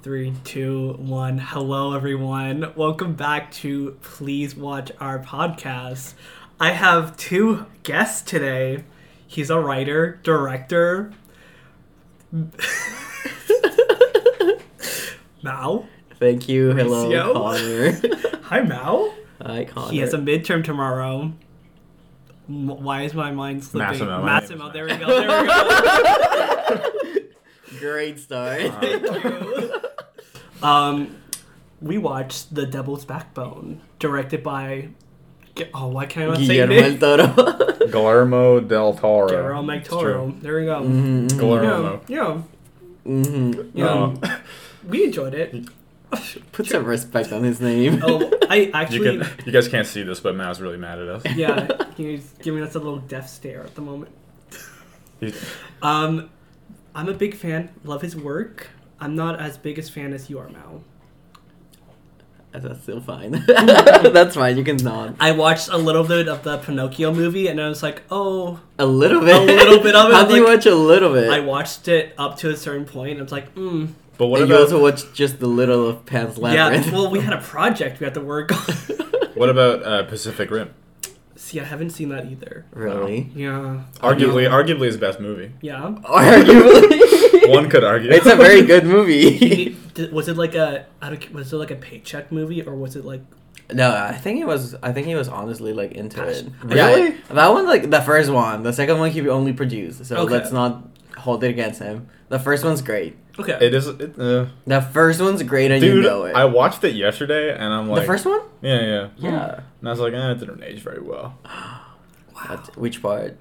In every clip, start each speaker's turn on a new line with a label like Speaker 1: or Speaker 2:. Speaker 1: three, two, one. Hello, everyone. Welcome back to Please Watch Our Podcast. I have two guests today. He's a writer, director. Mao.
Speaker 2: Thank you. Hello,
Speaker 1: Mauricio.
Speaker 2: Connor.
Speaker 1: Hi, Mao.
Speaker 2: Hi, Connor.
Speaker 1: He has a midterm tomorrow. M- Why is my mind slipping?
Speaker 3: Massimo, my name is
Speaker 1: Massimo.
Speaker 3: Massimo.
Speaker 1: There we go. There we go.
Speaker 2: great start.
Speaker 1: Um, we watched The Devil's Backbone, directed by. Gu- Oh, why can't I not say
Speaker 2: Guillermo el
Speaker 1: name?
Speaker 2: Toro.
Speaker 3: Guillermo del Toro.
Speaker 1: Guillermo del
Speaker 3: It's
Speaker 1: Toro.
Speaker 3: true. Mm-hmm.
Speaker 1: There we go. Yeah,
Speaker 2: Mm.
Speaker 3: Guillermo.
Speaker 1: yeah,
Speaker 2: hmm
Speaker 1: yeah.
Speaker 3: Oh,
Speaker 1: We enjoyed it.
Speaker 2: Put some respect on his name.
Speaker 1: Oh, I
Speaker 3: you,
Speaker 1: actually,
Speaker 3: can, you guys can't see this, but Matt's really mad at us.
Speaker 1: yeah, he's giving us a little death stare at the moment.
Speaker 3: He's-
Speaker 1: Um, I'm a big fan. Love his work. I'm not as big a fan as you are, Mal.
Speaker 2: That's still fine. That's fine. You can nod
Speaker 1: I watched a little bit of the Pinocchio movie, and I was like, oh,
Speaker 2: a little bit.
Speaker 1: little bit of it,
Speaker 2: How do you
Speaker 1: like-
Speaker 2: watch a little bit?
Speaker 1: I watched it up to a certain point. And I was like, mm,
Speaker 3: but what
Speaker 2: and you
Speaker 3: about
Speaker 2: also watch just the little of Pan's Labyrinth.
Speaker 1: Yeah, well, we had a project we had to work on.
Speaker 3: what about uh, Pacific Rim?
Speaker 1: See, I haven't seen that either.
Speaker 2: really?
Speaker 1: Yeah.
Speaker 3: Arguably, arguably his best movie.
Speaker 1: Yeah.
Speaker 2: Arguably,
Speaker 3: One could argue.
Speaker 2: it's a very good movie.
Speaker 1: Did- was it like a I don't- was it like a paycheck movie or was it like
Speaker 2: No, I think he was. I think he was honestly like into
Speaker 1: Passion-
Speaker 2: it. Yeah,
Speaker 3: Really?
Speaker 2: that one, like the first one. The second one he only produced, so
Speaker 1: Okay.
Speaker 2: let's not hold it against him. The first one's great.
Speaker 1: okay
Speaker 3: It is. It, uh,
Speaker 2: The first one's great, and
Speaker 3: dude,
Speaker 2: you know it.
Speaker 3: I watched it yesterday, and I'm
Speaker 2: the
Speaker 3: like,
Speaker 2: first one?
Speaker 3: yeah, yeah.
Speaker 2: Yeah.
Speaker 3: And I was like, eh, it didn't age very well.
Speaker 2: What- Hmm. which part?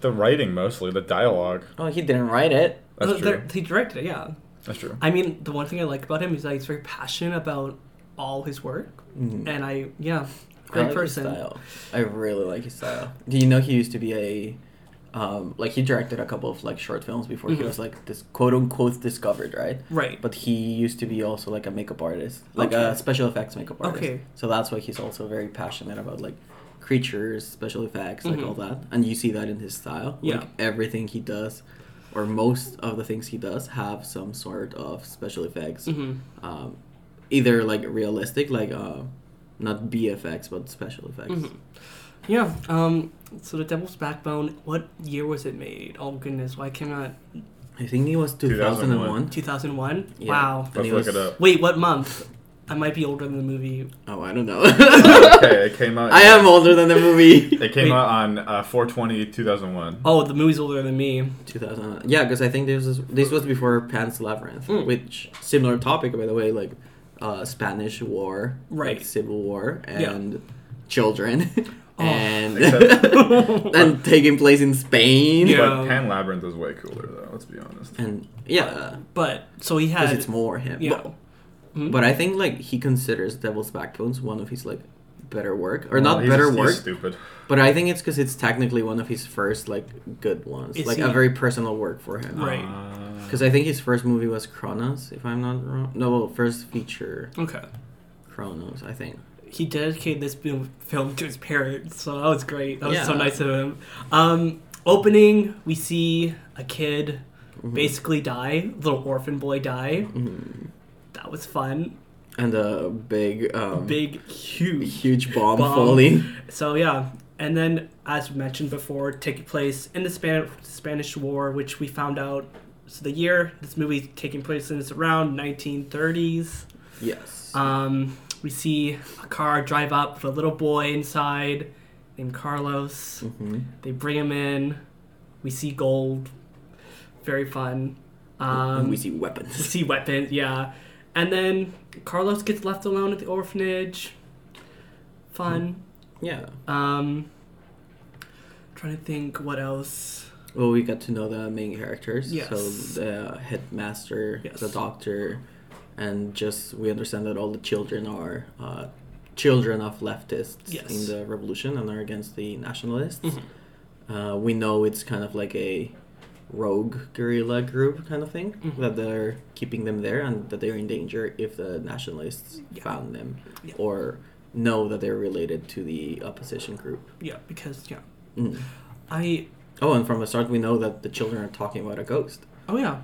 Speaker 3: The writing mostly, the dialogue.
Speaker 2: Oh, he didn't write it.
Speaker 3: That's
Speaker 1: Uh,
Speaker 3: true.
Speaker 1: the- he directed it? Yeah.
Speaker 3: That's true.
Speaker 1: I mean, the one thing I like about him is that he's very passionate about all his work, and I yeah,
Speaker 2: Mm. I
Speaker 1: great
Speaker 2: like his
Speaker 1: person.
Speaker 2: style. I really like his style. Do you know he used to be a, um, like he directed a couple of like short films before he
Speaker 1: Mhm.
Speaker 2: was like this quote unquote discovered, right?
Speaker 1: Right.
Speaker 2: But he used to be also like a makeup artist, like
Speaker 1: Okay.
Speaker 2: a special effects makeup artist.
Speaker 1: Okay.
Speaker 2: So that's why he's also very passionate about like creatures, special effects, like
Speaker 1: Mhm.
Speaker 2: all that. And you see that in his style.
Speaker 1: Yeah.
Speaker 2: Like everything he does, or most of the things he does, have some sort of special effects.
Speaker 1: hmm
Speaker 2: Um, either like realistic, like uh, not BFX, but special effects.
Speaker 1: Mhm. Yeah. Um. So the Devil's Backbone. What year was it made? Oh goodness, why came out
Speaker 2: I think it was 2001.
Speaker 1: two thousand one?
Speaker 2: Yeah.
Speaker 1: Wow.
Speaker 2: And
Speaker 3: Let's
Speaker 2: he
Speaker 3: look
Speaker 2: was-
Speaker 3: it up.
Speaker 1: Wait, what month? I might be older than the movie.
Speaker 2: Oh, I don't know.
Speaker 3: okay, it came out.
Speaker 2: I am older than the movie.
Speaker 3: It came
Speaker 1: Wait.
Speaker 3: out on uh, 420 2001.
Speaker 1: Oh, the movie's older than me.
Speaker 2: 2000. Yeah, because I think this was this was before Pan's Labyrinth,
Speaker 1: Mm.
Speaker 2: which similar topic by the way, like uh, Spanish War,
Speaker 1: Right.
Speaker 2: Like Civil War,
Speaker 1: Yeah.
Speaker 2: and children,
Speaker 1: Oh.
Speaker 2: and
Speaker 3: Except-
Speaker 2: and taking place in Spain.
Speaker 1: Yeah.
Speaker 3: But Pan Labyrinth is way cooler, though. Let's be honest.
Speaker 2: And yeah,
Speaker 1: But so he
Speaker 2: because
Speaker 1: had
Speaker 2: it's more him.
Speaker 1: yeah.
Speaker 2: But,
Speaker 1: Mhm.
Speaker 2: but I think like he considers Devil's Backbones one of his like better work,
Speaker 1: Oh,
Speaker 2: or
Speaker 3: Well,
Speaker 2: not
Speaker 3: he's
Speaker 2: better
Speaker 3: just- he's
Speaker 2: work,
Speaker 3: Stupid.
Speaker 2: but I think it's because it's technically one of his first like good ones,
Speaker 1: Is
Speaker 2: like
Speaker 1: he-
Speaker 2: a very personal work for him.
Speaker 1: Right.
Speaker 3: Uh,
Speaker 2: Because I think his first movie was Kronos, if I'm not wrong. No, well, first feature
Speaker 1: okay.
Speaker 2: Kronos, I think.
Speaker 1: He dedicated this film film to his parents, so that was great. That was so
Speaker 2: Yeah.
Speaker 1: nice of him. Um, opening, we see a kid basically die, little orphan boy die. That was fun.
Speaker 2: And a big, um,
Speaker 1: Big, huge.
Speaker 2: huge bomb,
Speaker 1: Bomb.
Speaker 2: falling.
Speaker 1: So yeah, and then as mentioned before, taking place in the Span- Spanish War, which we found out. So the year this movie's taking place in is around 1930s.
Speaker 2: Yes.
Speaker 1: Um, we see a car drive up with a little boy inside named Carlos.
Speaker 2: Mhm.
Speaker 1: They bring him in. We see gold. Very fun. Um,
Speaker 2: and we see
Speaker 1: we
Speaker 2: weapons.
Speaker 1: see weapons, yeah. And then Carlos gets left alone at the orphanage. Fun.
Speaker 2: Yeah.
Speaker 1: Um, trying to think what else.
Speaker 2: Well, we got to know the main characters.
Speaker 1: Yes.
Speaker 2: So the headmaster,
Speaker 1: Yes.
Speaker 2: the doctor, and just we understand that all the children are uh, children of leftists
Speaker 1: Yes.
Speaker 2: in the revolution and are against the nationalists.
Speaker 1: Mhm.
Speaker 2: Uh, we know it's kind of like a rogue guerrilla group kind of thing
Speaker 1: Mhm.
Speaker 2: that they're keeping them there and that they're in danger if the nationalists
Speaker 1: Yeah.
Speaker 2: found them
Speaker 1: Yeah.
Speaker 2: or know that they're related to the opposition group.
Speaker 1: Yeah, because, yeah.
Speaker 2: Mm.
Speaker 1: I.
Speaker 2: Oh, and from the start, we know that the children are talking about a ghost.
Speaker 1: Oh, yeah.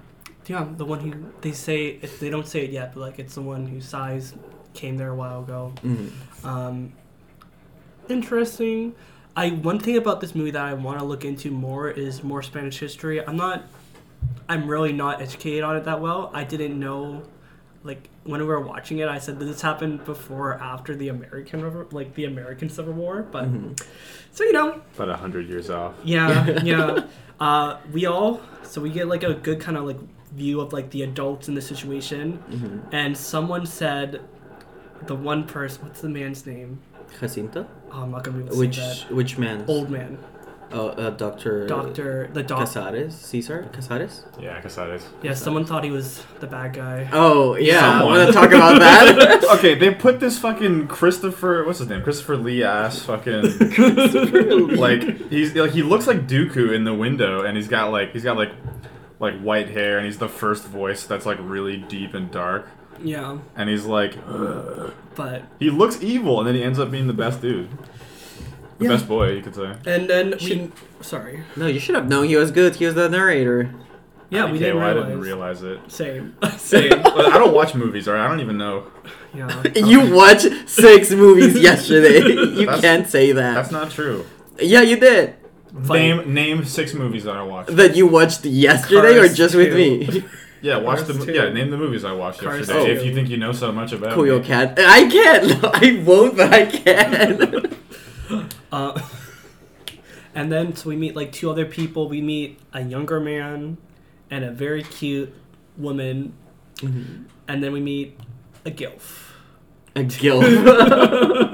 Speaker 1: Yeah, the one who they say it, they don't say it yet, but like it's the one who size came there a while ago.
Speaker 2: Mhm.
Speaker 1: Um, interesting. I one thing about this movie that I want to look into more is more Spanish history. I'm not. I'm really not educated on it that well. I didn't know, like when we were watching it, I said "Did this happened before or after the American Revo- like the American Civil War, but
Speaker 2: Mhm.
Speaker 1: so you know,
Speaker 3: About a hundred years off.
Speaker 1: yeah, yeah. Uh, we all so we get like a good kind of like view of like the adults in the situation,
Speaker 2: Mhm.
Speaker 1: and someone said, the one person, what's the man's name?
Speaker 2: Jacinta,
Speaker 1: Oh, I'm not gonna be able to
Speaker 2: which
Speaker 1: say that.
Speaker 2: which man?
Speaker 1: Old man,
Speaker 2: Oh, uh, Doctor.
Speaker 1: doctor, the doctor.
Speaker 2: Casares, Caesar Casares.
Speaker 3: Yeah, Casares.
Speaker 1: Yeah, someone thought he was the bad guy.
Speaker 2: Oh yeah, I
Speaker 3: Someone.
Speaker 2: want to talk about that.
Speaker 3: okay, they put this fucking Christopher, what's his name, Christopher Lee ass fucking like he's like he looks like Dooku in the window, and he's got like he's got like like white hair, and he's the first voice that's like really deep and dark,
Speaker 1: Yeah,
Speaker 3: and he's like "Ugh."
Speaker 1: but
Speaker 3: he looks evil, and then he ends up being the best dude, the
Speaker 1: Yeah.
Speaker 3: best boy you could say.
Speaker 1: and then we,
Speaker 2: Should-
Speaker 1: sorry.
Speaker 2: no, you should have known he was good. He was the narrator.
Speaker 1: Yeah, we
Speaker 3: IDK,
Speaker 1: didn't
Speaker 3: why
Speaker 1: realize.
Speaker 3: I didn't realize it.
Speaker 1: Same, same.
Speaker 3: But I don't watch movies, or I don't even know.
Speaker 1: yeah.
Speaker 2: You watched six movies yesterday. You
Speaker 3: That's-
Speaker 2: can't say that.
Speaker 3: That's not true.
Speaker 2: yeah, you did.
Speaker 1: Fine.
Speaker 3: Name name six movies that I watched.
Speaker 2: That you watched yesterday or
Speaker 1: Cars
Speaker 2: just with
Speaker 1: two.
Speaker 2: me?
Speaker 3: Yeah, watch
Speaker 1: Cars
Speaker 3: the mo-
Speaker 1: two.
Speaker 3: yeah. Name the movies I watched
Speaker 1: Cars
Speaker 3: yesterday.
Speaker 2: two.
Speaker 3: If you think you know so much about
Speaker 2: Cool,
Speaker 3: me.
Speaker 2: yo, cat. I can. not I won't, but I can.
Speaker 1: Uh, and then so we meet like two other people. We meet a younger man and a very cute woman, and then we meet a gilf.
Speaker 2: A guild.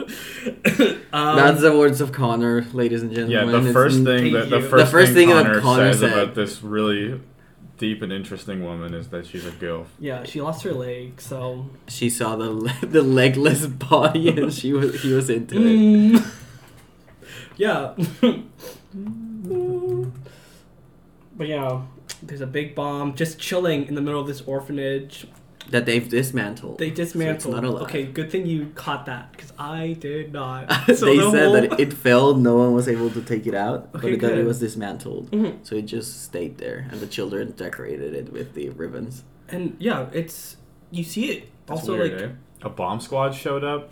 Speaker 1: Um,
Speaker 2: That's the words of Connor, ladies and
Speaker 3: Yeah,
Speaker 2: gentlemen.
Speaker 3: the
Speaker 2: It's-
Speaker 3: first thing
Speaker 1: Thank
Speaker 3: that
Speaker 1: you.
Speaker 3: the
Speaker 1: The
Speaker 3: first,
Speaker 2: first
Speaker 3: thing,
Speaker 2: thing that
Speaker 3: Connor,
Speaker 2: Connor
Speaker 3: says
Speaker 2: said.
Speaker 3: about this really deep and interesting woman is that she's a girl.
Speaker 1: yeah, she lost her leg, so
Speaker 2: She saw the le- the legless body, and she was he was into it.
Speaker 1: Mm. yeah. but yeah, there's a big bomb just chilling in the middle of this orphanage.
Speaker 2: That they've dismantled.
Speaker 1: They dismantled.
Speaker 2: not allowed.
Speaker 1: okay, good thing you caught that because I did not. the
Speaker 2: they said
Speaker 1: whole-
Speaker 2: that it fell. No one was able to take it out,
Speaker 1: Okay,
Speaker 2: but that
Speaker 1: good.
Speaker 2: it was dismantled.
Speaker 1: Mhm.
Speaker 2: So it just stayed there, and the children decorated it with the ribbons.
Speaker 1: And yeah, it's you see it
Speaker 3: That's
Speaker 1: also
Speaker 3: weird,
Speaker 1: like
Speaker 3: eh? a bomb squad showed up,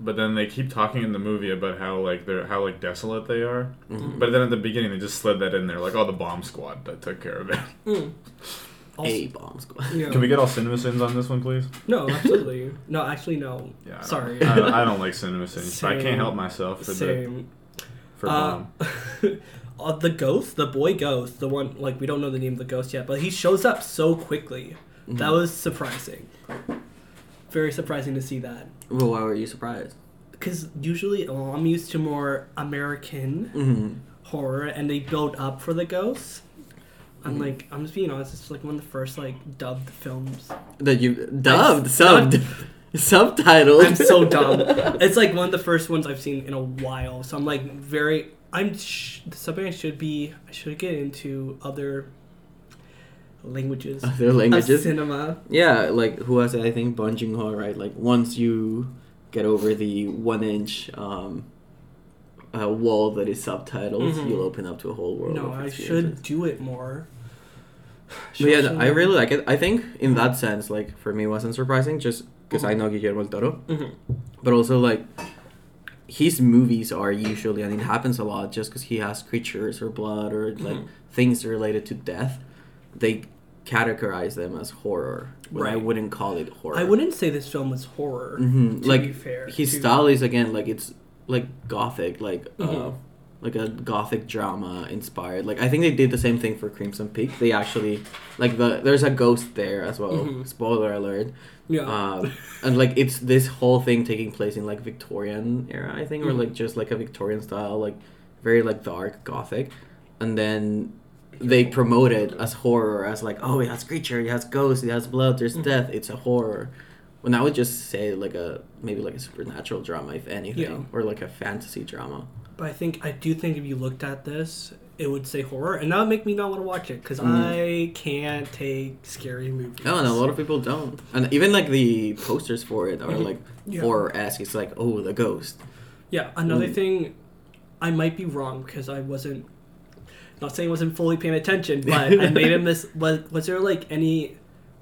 Speaker 3: but then they keep talking in the movie about how like they're how like desolate they are.
Speaker 2: Mm-hmm.
Speaker 3: But then at the beginning they just slid that in there, like oh the bomb squad that took care of it.
Speaker 1: mm. also,
Speaker 2: a bomb squad.
Speaker 1: yeah.
Speaker 3: Can we get all cinema sins on this one, please?
Speaker 1: no, absolutely. no, actually no.
Speaker 3: Yeah. I don't-
Speaker 1: Sorry.
Speaker 3: I don't, I don't like cinema sins. but I
Speaker 1: Same.
Speaker 3: can't help myself for the
Speaker 1: Same.
Speaker 3: for
Speaker 1: Uh,
Speaker 3: bomb.
Speaker 1: uh, the ghost, the boy ghost, the one like we don't know the name of the ghost yet, but he shows up so quickly.
Speaker 2: Mm-hmm.
Speaker 1: That was surprising. Very surprising to see that.
Speaker 2: Well, why were you surprised?
Speaker 1: Because usually, well, I'm used to more American
Speaker 2: Mm-hmm.
Speaker 1: horror, and they build up for the ghosts. I'm like, I'm just being honest. It's like one of the first like dubbed films
Speaker 2: That you dubbed,
Speaker 1: subbed.
Speaker 2: subbed, subtitled.
Speaker 1: I'm so dumb. It's like one of the first ones I've seen in a while. So I'm like very. I'm sh- something I should be. I should get into other languages. of
Speaker 2: Other Uh, languages.
Speaker 1: cinema.
Speaker 2: Yeah, like who was it? I think Bong Joon Ho, right? Like once you get over the one inch um, uh, wall that is subtitles,
Speaker 1: Mhm.
Speaker 2: you'll open up to a whole world.
Speaker 1: No,
Speaker 2: of
Speaker 1: I
Speaker 2: experiences.
Speaker 1: should do it more.
Speaker 2: But yeah,
Speaker 1: Should-
Speaker 2: I really like it. I think in that sense, like for me, it wasn't surprising just because I know Guillermo del Toro,
Speaker 1: Mhm.
Speaker 2: but also like his movies are usually, and it happens a lot, just because he has creatures or blood or like
Speaker 1: Mm-hmm.
Speaker 2: things related to death. They categorize them as horror, when I
Speaker 1: Right.
Speaker 2: wouldn't call it horror.
Speaker 1: I wouldn't say this film was horror.
Speaker 2: hmm
Speaker 1: To
Speaker 2: like
Speaker 1: be fair,
Speaker 2: his
Speaker 1: to-
Speaker 2: style is again like it's like gothic, like uh,
Speaker 1: Mhm.
Speaker 2: like a gothic drama inspired. Like I think they did the same thing for Crimson Peak. They actually like the there's a ghost there as well.
Speaker 1: Mhm.
Speaker 2: Spoiler alert.
Speaker 1: Yeah.
Speaker 2: Um, and like it's this whole thing taking place in like Victorian era, I think, or
Speaker 1: Mhm.
Speaker 2: like just like a Victorian style, like very like dark gothic, and then they promote it as horror as like oh it has creature it has ghosts it has blood there's
Speaker 1: Mm-hmm.
Speaker 2: death it's a horror when i would just say like a maybe like a supernatural drama if anything
Speaker 1: Yeah.
Speaker 2: or like a fantasy drama
Speaker 1: But I think I do think if you looked at this, it would say horror, and that would make me not want to watch it because I can't take scary movies.
Speaker 2: Mm-hmm. Oh, no and a lot of people don't and even like the posters for it are like
Speaker 1: Mm-hmm. Yeah.
Speaker 2: horror-esque it's like oh the ghost
Speaker 1: Yeah, another
Speaker 2: Mm.
Speaker 1: thing, I might be wrong because I wasn't. Not saying I wasn't fully paying attention, but I made a miss. Was was there like any,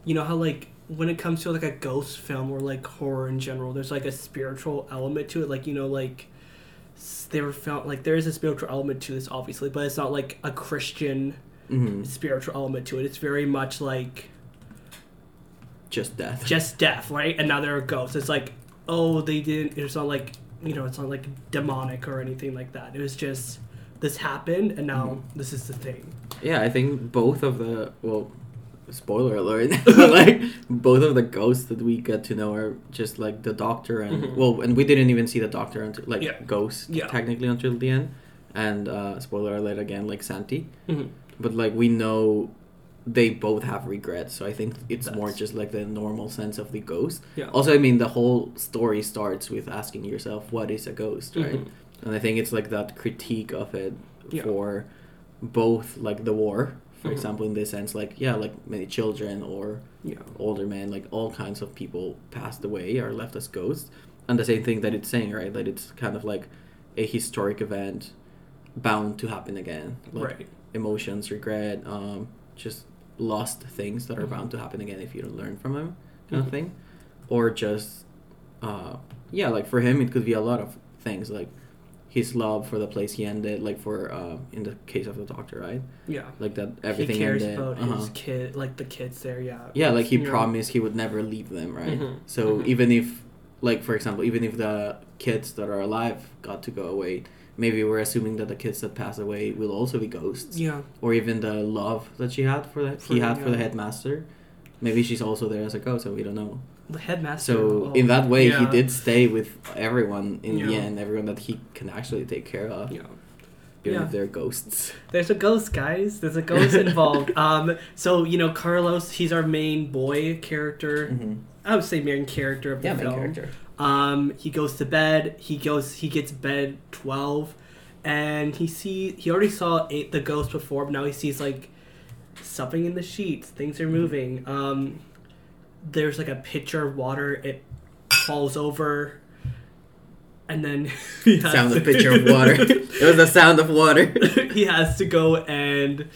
Speaker 1: you know how like when it comes to like a ghost film or like horror in general, there's like a spiritual element to it. Like you know like s- they were found like there is a spiritual element to this obviously, but it's not like a Christian
Speaker 2: Mhm.
Speaker 1: spiritual element to it. It's very much like
Speaker 2: Just death.
Speaker 1: just death, right? And now they're a ghost. It's like, oh, they didn't. It's not like you know, it's not like demonic or anything like that. It was just this happened, and now
Speaker 2: Mm-hmm.
Speaker 1: this is the thing.
Speaker 2: Yeah, I think both of the well, spoiler alert, like both of the ghosts that we get to know are just like the doctor and
Speaker 1: Mhm.
Speaker 2: well, and we didn't even see the doctor until like
Speaker 1: Yeah.
Speaker 2: ghosts
Speaker 1: Yeah.
Speaker 2: technically until the end, and uh, spoiler alert again, like Santi, but like we know they both have regrets, so I think it's more
Speaker 1: That's-
Speaker 2: just like the normal sense of the ghost.
Speaker 1: Yeah.
Speaker 2: Also, I mean, the whole story starts with asking yourself, "What is a ghost?" Right.
Speaker 1: Mhm.
Speaker 2: And I think it's like that critique of it
Speaker 1: Yeah.
Speaker 2: for both like the war, for
Speaker 1: Mhm.
Speaker 2: example, in this sense, like yeah, like many children or
Speaker 1: Yeah.
Speaker 2: older men, like all kinds of people passed away or left as ghosts. And the same thing that it's saying, right? That it's kind of like a historic event bound to happen again. Like
Speaker 1: right.
Speaker 2: emotions, regret, um, just lost things that are
Speaker 1: Mm-hmm.
Speaker 2: bound to happen again if you don't learn from them, kind
Speaker 1: Mhm.
Speaker 2: of thing. Or just, uh, yeah, like for him, it could be a lot of things, like his love for the place he ended, like for, uh, in the case of the doctor, right?
Speaker 1: Yeah.
Speaker 2: Like that everything
Speaker 1: he cares
Speaker 2: ended.
Speaker 1: about
Speaker 2: uh-huh.
Speaker 1: his kid, like the kids there. Yeah.
Speaker 2: Yeah, like he
Speaker 1: You know?
Speaker 2: promised he would never leave them, right?
Speaker 1: Mhm.
Speaker 2: So
Speaker 1: Mhm.
Speaker 2: even if, like for example, even if the kids that are alive got to go away, maybe we're assuming that the kids that pass away will also be ghosts
Speaker 1: Yeah.
Speaker 2: or even the love that she had for that
Speaker 1: For
Speaker 2: he
Speaker 1: the
Speaker 2: had for the
Speaker 1: guy.
Speaker 2: headmaster. Maybe she's also there as a ghost, so we don't know.
Speaker 1: The headmaster.
Speaker 2: So
Speaker 1: oh,
Speaker 2: in that way, he
Speaker 1: yeah.
Speaker 2: did stay with everyone in the
Speaker 1: Yeah.
Speaker 2: end, everyone that he can actually take care of,
Speaker 1: Yeah.
Speaker 2: even
Speaker 1: Yeah.
Speaker 2: if they're ghosts.
Speaker 1: There's a ghost, guys. There's a ghost involved. um. So you know, Carlos, he's our main boy character. I would say main character of the
Speaker 2: Mm. Mm-hmm. Yeah, main
Speaker 1: film.
Speaker 2: character.
Speaker 1: Um, he goes to bed. He goes. He gets bed twelve, and he see. He already saw eight, the ghost before, but now he sees like something in the sheets. Things are
Speaker 2: Mm-hmm.
Speaker 1: moving. Um, there's like a pitcher of water. It falls over, and then he has
Speaker 2: Sound
Speaker 1: to-
Speaker 2: of picture of water. it was the sound of water.
Speaker 1: he has to go and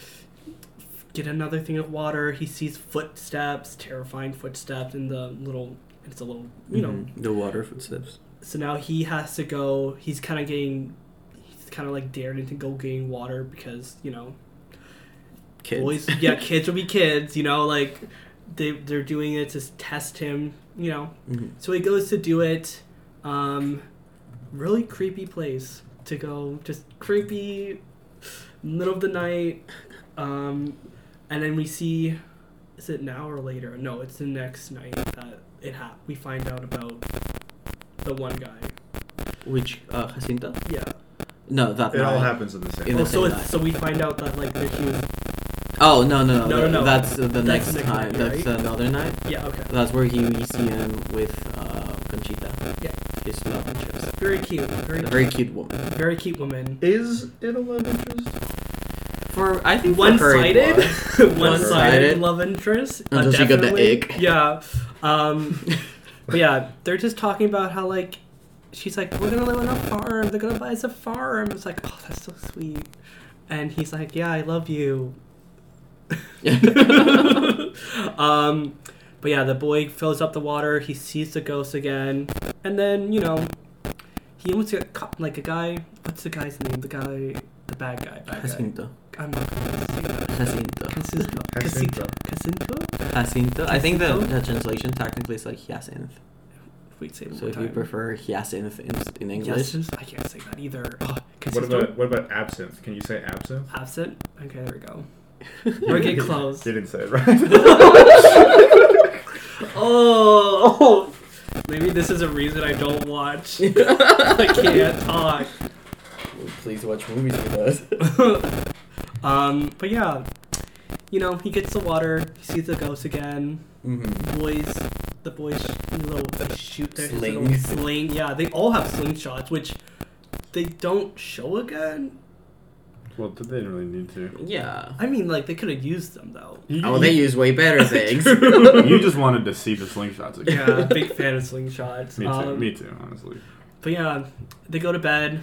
Speaker 1: get another thing of water. He sees footsteps, terrifying footsteps in the little. It's a little, you know,
Speaker 2: Mhm. the water footsteps.
Speaker 1: so now he has to go. He's kind of getting, he's kind of like dared into go getting water because you know,
Speaker 2: Kids.
Speaker 1: boys, yeah, kids will be kids. You know, like they they're doing it to test him. You know,
Speaker 2: Mhm.
Speaker 1: so he goes to do it. Um, really creepy place to go. Just creepy, middle of the night. Um, and then we see, is it now or later? No, it's the next night that it ha- We find out about the one guy.
Speaker 2: Which uh, Jacinta?
Speaker 1: Yeah.
Speaker 2: No, that.
Speaker 3: It all
Speaker 2: night.
Speaker 3: happens in the same.
Speaker 2: In
Speaker 1: Oh,
Speaker 2: the
Speaker 1: so
Speaker 2: same
Speaker 1: it's, so we find out that like that he was
Speaker 2: Oh no no no
Speaker 1: No, no, no.
Speaker 2: That's uh, the
Speaker 1: That's
Speaker 2: next
Speaker 1: the next
Speaker 2: time.
Speaker 1: night,
Speaker 2: That's another night.
Speaker 1: yeah okay
Speaker 2: That's where he we see him with uh, Conchita.
Speaker 1: Yeah.
Speaker 2: His love interest.
Speaker 1: very cute very
Speaker 2: A
Speaker 1: cute,
Speaker 2: very cute woman.
Speaker 1: very cute woman
Speaker 3: Is it a love interest?
Speaker 2: For I think
Speaker 1: one sided one sided
Speaker 2: One-sided.
Speaker 1: love interest uh,
Speaker 2: Until she got the
Speaker 1: definitely.
Speaker 2: ick.
Speaker 1: yeah um but yeah they're just talking about how like she's like we're gonna live on a farm they're gonna buy us a farm it's like oh that's so sweet and he's like yeah I love you um, but yeah, the boy fills up the water. He sees the ghost again, and then you know, he almost got caught. Like a guy. What's the guy's name? The guy, the bad guy.
Speaker 2: uh,
Speaker 1: Bad guy.
Speaker 2: Jacinto.
Speaker 1: I'm not gonna say that.
Speaker 2: Jacinto.
Speaker 1: Casinto.
Speaker 3: Jacinto.
Speaker 1: Casinto. Casinto.
Speaker 2: Jacinto. I think the,
Speaker 1: Jacinto?
Speaker 2: the translation technically is like hyacinth.
Speaker 1: If we say it one
Speaker 2: So
Speaker 1: more
Speaker 2: if you
Speaker 1: time.
Speaker 2: prefer hyacinth in, in English,
Speaker 1: Yes, I can't say that either. Oh,
Speaker 3: What
Speaker 1: Casinto.
Speaker 3: about what about absinthe? Can you say absinthe?
Speaker 1: Absent. Okay, there we go. We're getting
Speaker 3: You
Speaker 1: close.
Speaker 3: didn't say it right.
Speaker 1: Oh, maybe this is a reason I don't watch. I can't talk.
Speaker 2: please watch movies with us.
Speaker 1: um, but yeah, you know, he gets the water. He sees the ghost again.
Speaker 2: Mm-hmm.
Speaker 1: Boys, the boys, sh- little shoot their
Speaker 2: Sling.
Speaker 1: little sling. Yeah, they all have slingshots, which they don't show again.
Speaker 3: well, they didn't really need to.
Speaker 2: Yeah.
Speaker 1: I mean, like they could have used them though.
Speaker 3: You,
Speaker 2: Oh, they use way better things.
Speaker 3: you just wanted to see the slingshots again.
Speaker 1: Yeah, big fan of slingshots.
Speaker 3: Me too.
Speaker 1: Um,
Speaker 3: me too. Honestly.
Speaker 1: But yeah, they go to bed.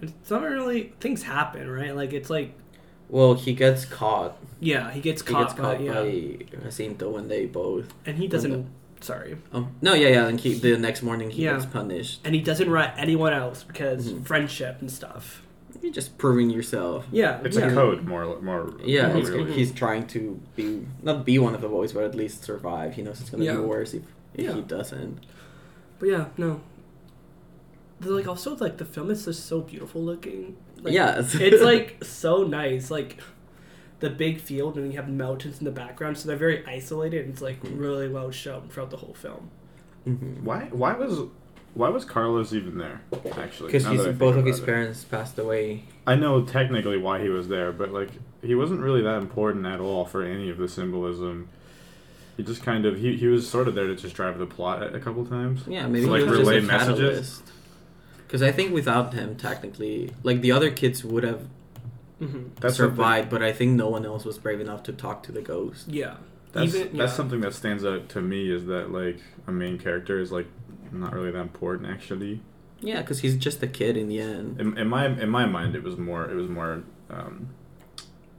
Speaker 1: It's not really things happen, right? Like it's like
Speaker 2: Well, he gets caught.
Speaker 1: Yeah, he gets
Speaker 2: He
Speaker 1: caught,
Speaker 2: gets caught
Speaker 1: by, yeah.
Speaker 2: by Jacinto and they both.
Speaker 1: and he doesn't. Sorry,
Speaker 2: Oh no, yeah, yeah. And he, the next morning he
Speaker 1: Yeah.
Speaker 2: gets punished.
Speaker 1: and he doesn't rat anyone else because
Speaker 3: Mm-hmm.
Speaker 2: Mhm.
Speaker 1: friendship and stuff.
Speaker 2: You're just proving yourself.
Speaker 1: Yeah,
Speaker 3: It's
Speaker 1: yeah.
Speaker 3: a code, more, more.
Speaker 1: Oh,
Speaker 2: Yeah,
Speaker 3: more
Speaker 2: he's,
Speaker 3: really.
Speaker 2: he's trying to be not be one of the boys, but at least survive. He knows it's gonna
Speaker 1: Yeah.
Speaker 2: be worse if, if
Speaker 1: Yeah.
Speaker 2: he doesn't.
Speaker 1: But yeah, no. The, like also like the film is just so beautiful looking. Like,
Speaker 2: yeah,
Speaker 1: it's like so nice. Like the big field and you have mountains in the background, so they're very isolated. And it's like
Speaker 2: Mhm.
Speaker 1: really well shown throughout the whole film.
Speaker 2: Mhm.
Speaker 3: Why? Why was? Why was Carlos even there? Actually,
Speaker 2: because
Speaker 3: now that I
Speaker 2: he's
Speaker 3: think
Speaker 2: both of
Speaker 3: about
Speaker 2: his
Speaker 3: it.
Speaker 2: parents passed away.
Speaker 3: I know technically why he was there, but like he wasn't really that important at all for any of the symbolism. He just kind of he, he was sort of there to just drive the plot a a couple times.
Speaker 2: Yeah, maybe
Speaker 3: Like
Speaker 2: he was just
Speaker 3: relay
Speaker 2: a
Speaker 3: messages?
Speaker 2: catalyst. Because I think without him, technically, like the other kids would have
Speaker 1: Mm-hmm.
Speaker 3: That's
Speaker 2: survived, but I think no one else was brave enough to talk to the ghost.
Speaker 1: Yeah.
Speaker 3: That's
Speaker 1: Even-
Speaker 3: that's
Speaker 1: yeah.
Speaker 3: something that stands out to me is that like a main character is like not really that important actually.
Speaker 2: Yeah, because he's just a kid in the end.
Speaker 3: In, in my in my mind, it was more it was more um,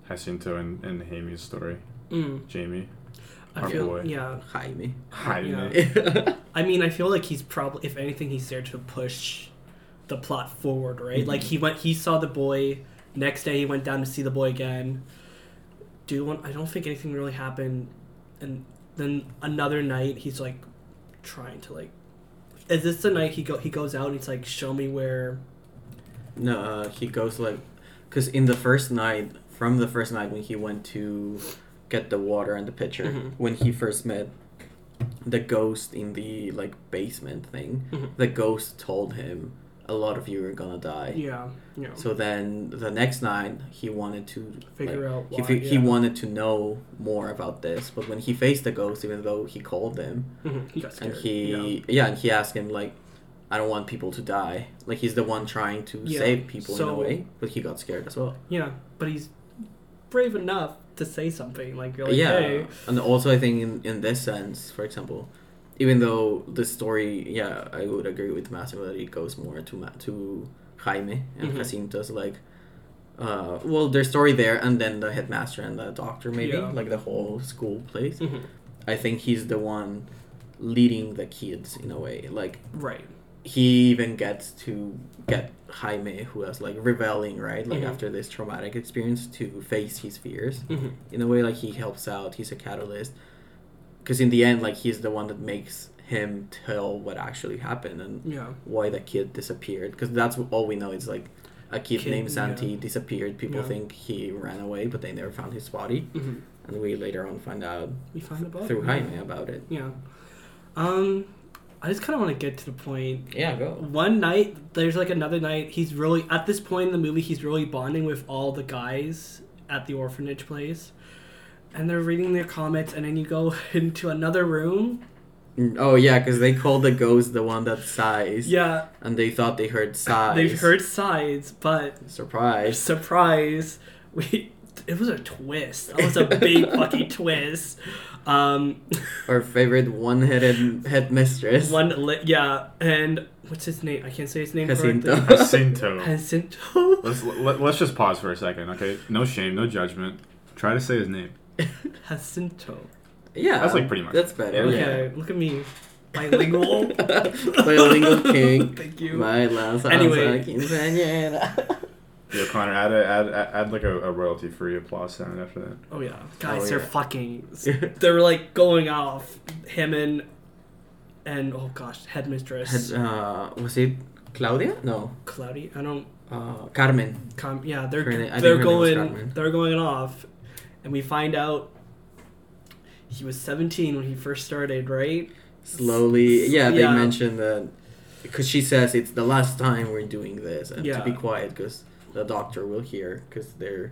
Speaker 3: Jacinto and and Jamie's story.
Speaker 1: Mm.
Speaker 3: Jamie,
Speaker 1: I
Speaker 3: Our
Speaker 1: feel
Speaker 3: boy.
Speaker 1: yeah.
Speaker 2: Jaime.
Speaker 3: Jaime.
Speaker 1: Yeah. I mean, I feel like he's probably if anything he's there to push the plot forward, right?
Speaker 2: Mhm.
Speaker 1: Like he went he saw the boy next day he went down to see the boy again. Do you want I don't think anything really happened and then another night he's like trying to like is this the night he go he goes out and he's like show me where
Speaker 2: No, uh, he goes like, because in the first night, from the first night when he went to get the water and the pitcher,
Speaker 1: Mhm.
Speaker 2: when he first met the ghost in the like basement thing,
Speaker 1: Mhm.
Speaker 2: the ghost told him a lot of you are gonna die.
Speaker 1: yeah, you know,
Speaker 2: So then the next night he wanted to
Speaker 1: figure
Speaker 2: like,
Speaker 1: out
Speaker 2: He,
Speaker 1: why,
Speaker 2: fi- he
Speaker 1: yeah.
Speaker 2: wanted to know more about this, but when he faced the ghost, even though he called him,
Speaker 1: Mhm, he got scared.
Speaker 2: and he yeah, and he asked him like, "I don't want people to die." Like he's the one trying to
Speaker 1: Yeah,
Speaker 2: save people in a
Speaker 1: so-
Speaker 2: way, but he got scared as well.
Speaker 1: yeah. yeah, but he's brave enough to say something like you're like
Speaker 2: yeah,
Speaker 1: hey,
Speaker 2: and also I think in, in this sense, for example, even though the story, yeah, I would agree with Massimo that it goes more to Ma- to Jaime and
Speaker 1: Mhm.
Speaker 2: Jacinto's like, uh, well, their story there, and then the headmaster and the doctor maybe
Speaker 1: Yeah.
Speaker 2: like the whole school place.
Speaker 1: Mhm,
Speaker 2: I think he's the one leading the kids in a way. Like
Speaker 1: right.
Speaker 2: he even gets to get Jaime, who was like rebelling, right? Like
Speaker 1: Mhm.
Speaker 2: after this traumatic experience, to face his fears
Speaker 1: Mm-hmm.
Speaker 2: in a way like he helps out he's a catalyst because in the end like he's the one that makes him tell what actually happened and
Speaker 1: Yeah.
Speaker 2: why the kid disappeared because that's all we know is like a kid,
Speaker 1: Kid,
Speaker 2: named
Speaker 1: yeah.
Speaker 2: santi disappeared people
Speaker 1: Yeah.
Speaker 2: think he ran away but they never found his body
Speaker 1: Mm-hmm.
Speaker 2: and we later on find out
Speaker 1: We found the book
Speaker 2: through jaime about it
Speaker 1: Oh, Yeah. Um, I just kind of want to get to the point.
Speaker 2: yeah go
Speaker 1: One night, there's like another night. He's really at this point in the movie. He's really bonding with all the guys at the orphanage place, and they're reading their comments. And then you go into another room.
Speaker 2: oh yeah because they called the ghost the one that sighs
Speaker 1: Yeah,
Speaker 2: and they thought they heard sighs
Speaker 1: they've heard sides, but
Speaker 2: surprise
Speaker 1: surprise, we. It was a twist. That was a big fucking twist. Um,
Speaker 2: our favorite one-headed headmistress
Speaker 1: one, li- yeah, and what's his name? I can't say his name
Speaker 2: Jacinto.
Speaker 1: correctly.
Speaker 3: Jacinto.
Speaker 1: Jacinto.
Speaker 3: let's let, let's just pause for a second, okay? No shame, no judgment. Try to say his name.
Speaker 1: Jacinto.
Speaker 2: yeah
Speaker 3: That's, like, pretty much-
Speaker 2: that's better
Speaker 3: Yeah.
Speaker 1: Okay, look at me. Bilingual.
Speaker 2: Bilingual king.
Speaker 1: Thank you.
Speaker 2: My last
Speaker 1: Anyway.
Speaker 2: anyway. quinceañera.
Speaker 3: Yeah, Connor, add a, add add, add like a, a royalty free applause sound after that.
Speaker 1: oh yeah, guys,
Speaker 2: Oh,
Speaker 1: they're
Speaker 2: yeah.
Speaker 1: fucking. They're like going off. Him and and oh gosh, headmistress
Speaker 2: Had, uh, was it Claudia? No.
Speaker 1: Cloudy. I don't.
Speaker 2: Uh, Carmen.
Speaker 1: Com- yeah, they're
Speaker 2: Her na- I think
Speaker 1: they're
Speaker 2: her name was
Speaker 1: going
Speaker 2: Carmen.
Speaker 1: they're going off, and we find out he was 17 when he first started, right?
Speaker 2: Slowly. Yeah, they
Speaker 1: Yeah.
Speaker 2: mentioned that. Because she says it's the last time we're doing this and
Speaker 1: Yeah.
Speaker 2: to be quiet because the doctor will hear because they're.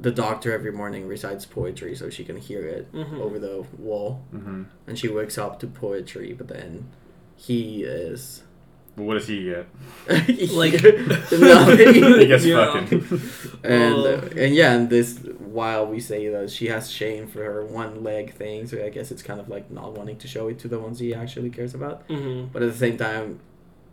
Speaker 2: The doctor every morning recites poetry so she can hear it
Speaker 1: Mhm.
Speaker 2: over the wall.
Speaker 3: Mm-hmm.
Speaker 2: And she wakes up to poetry, but then he is.
Speaker 3: But what does he get?
Speaker 1: Like-
Speaker 2: Nothing.
Speaker 3: He gets
Speaker 1: Yeah.
Speaker 3: fucking.
Speaker 2: and
Speaker 1: Oh.
Speaker 2: uh, and yeah, and this while we say that she has shame for her one leg thing, so I guess it's kind of like not wanting to show it to the ones he actually cares about.
Speaker 1: Mm-hmm.
Speaker 2: But at the same time,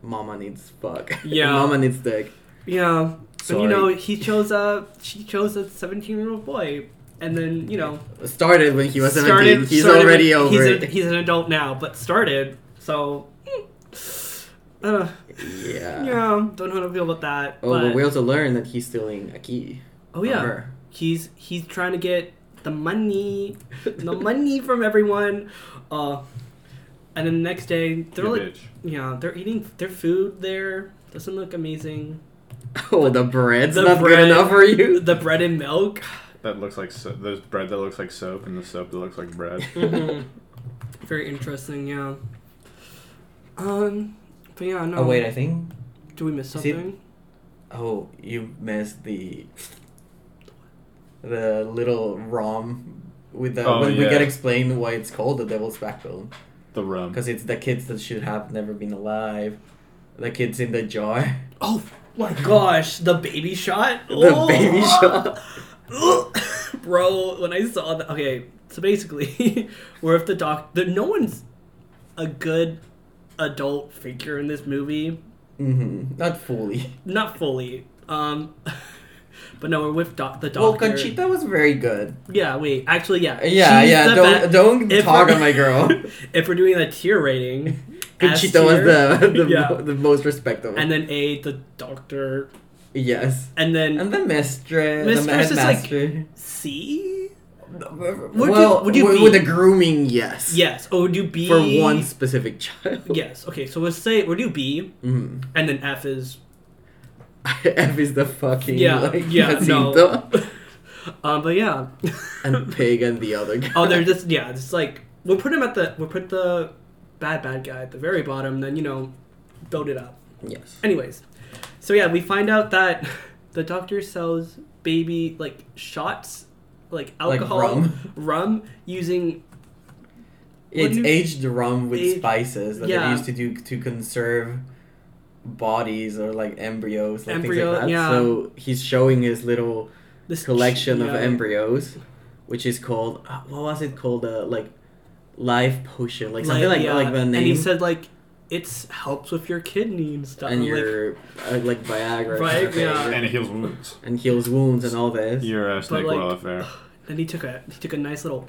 Speaker 2: Mama needs fuck.
Speaker 1: Yeah.
Speaker 2: Mama needs dick.
Speaker 1: Yeah. But you
Speaker 2: Sorry.
Speaker 1: know, he chose a she chose a 17 year old boy, and then you know
Speaker 2: Started when he was
Speaker 1: started.
Speaker 2: 17. He's
Speaker 1: started-
Speaker 2: already over
Speaker 1: he's
Speaker 2: it.
Speaker 1: A, he's an adult now, but started. So, mm, uh,
Speaker 2: yeah.
Speaker 1: yeah, don't know how to feel about that.
Speaker 2: Oh, but,
Speaker 1: but,
Speaker 2: we also learned that he's stealing a key.
Speaker 1: oh
Speaker 2: from
Speaker 1: yeah,
Speaker 2: her.
Speaker 1: he's he's trying to get the money, the money from everyone. Uh, and then the next day they're
Speaker 3: You
Speaker 1: like,
Speaker 3: bitch.
Speaker 1: yeah, they're eating their food there. Doesn't look amazing.
Speaker 2: Oh, the bread's
Speaker 1: The
Speaker 2: not
Speaker 1: bread.
Speaker 2: good enough for you.
Speaker 1: The bread and milk.
Speaker 3: That looks like so- there's bread that looks like soap and the soap that looks like bread.
Speaker 1: Mm-hmm. Very interesting, yeah. Um, but yeah, no.
Speaker 2: Oh wait, I think.
Speaker 1: do we miss
Speaker 2: is it-
Speaker 1: something?
Speaker 2: Oh, you missed the the little rom with the
Speaker 3: Oh,
Speaker 2: when we
Speaker 3: yeah.
Speaker 2: get explained why it's called the Devil's Backbone
Speaker 3: The rum.
Speaker 2: because it's the kids that should have never been alive, the kids in the jar,
Speaker 1: Oh my gosh, the baby shot.
Speaker 2: the baby shot.
Speaker 1: Bro, when I saw that, okay. So basically, we're if the doc, the, no one's a good adult figure in this movie.
Speaker 2: Mm-hmm. Not fully.
Speaker 1: Not fully. Um, but no, we're with doc, the doctor.
Speaker 2: Well, Conchita was very good.
Speaker 1: Yeah, wait. Actually, yeah.
Speaker 2: Yeah,
Speaker 1: She's
Speaker 2: yeah.
Speaker 1: the
Speaker 2: Don't
Speaker 1: be-
Speaker 2: don't
Speaker 1: if
Speaker 2: talk
Speaker 1: we're-
Speaker 2: on my girl.
Speaker 1: if we're doing a tier rating, S
Speaker 2: Conchita was
Speaker 1: tier,
Speaker 2: the the,
Speaker 1: Yeah.
Speaker 2: mo- the most respectable.
Speaker 1: and then A, the doctor,
Speaker 2: yes,
Speaker 1: and then
Speaker 2: and the mistress, the
Speaker 1: Mistress is like-
Speaker 2: headmaster.
Speaker 1: C.
Speaker 2: Would
Speaker 1: Well,
Speaker 2: would you
Speaker 1: with-
Speaker 2: with,
Speaker 1: with
Speaker 2: the
Speaker 1: the
Speaker 2: grooming? Yes.
Speaker 1: Yes. Oh, do B
Speaker 2: For one specific child.
Speaker 1: Yes. Okay. So we'll say we'll do B,
Speaker 2: Mm.
Speaker 1: and then F is
Speaker 2: F is the fucking
Speaker 1: yeah,
Speaker 2: like
Speaker 1: yeah, no.
Speaker 2: Jacinto.
Speaker 1: um, but yeah.
Speaker 2: and Pig and the other guy.
Speaker 1: oh, they're just yeah. It's like we'll put him at the we'll put the bad bad guy at the very bottom. Then you know, build it up.
Speaker 2: yes.
Speaker 1: Anyways, so yeah, we find out that the doctor sells baby like shots, like
Speaker 2: Like
Speaker 1: alcohol,
Speaker 2: rum.
Speaker 1: rum, using
Speaker 2: It's
Speaker 1: you-
Speaker 2: aged rum with
Speaker 1: Aged-
Speaker 2: spices that
Speaker 1: yeah.
Speaker 2: they used to do to conserve bodies or like embryos, like
Speaker 1: Embryo,
Speaker 2: things like that.
Speaker 1: yeah.
Speaker 2: So he's showing his little
Speaker 1: this
Speaker 2: collection of
Speaker 1: yeah.
Speaker 2: embryos, which is called uh, what was it called? Uh, like life potion, like something like
Speaker 1: yeah,
Speaker 2: like the name.
Speaker 1: And he said like it's helps with your kidney and stuff.
Speaker 2: and
Speaker 1: I'm like,
Speaker 2: your uh, like Viagra,
Speaker 1: Viagra.
Speaker 2: and, stuff,
Speaker 3: and it heals wounds.
Speaker 2: and heals wounds and all this.
Speaker 3: Your uh, snake
Speaker 1: like- Oh.
Speaker 3: welfare.
Speaker 1: Then he took a he took a nice little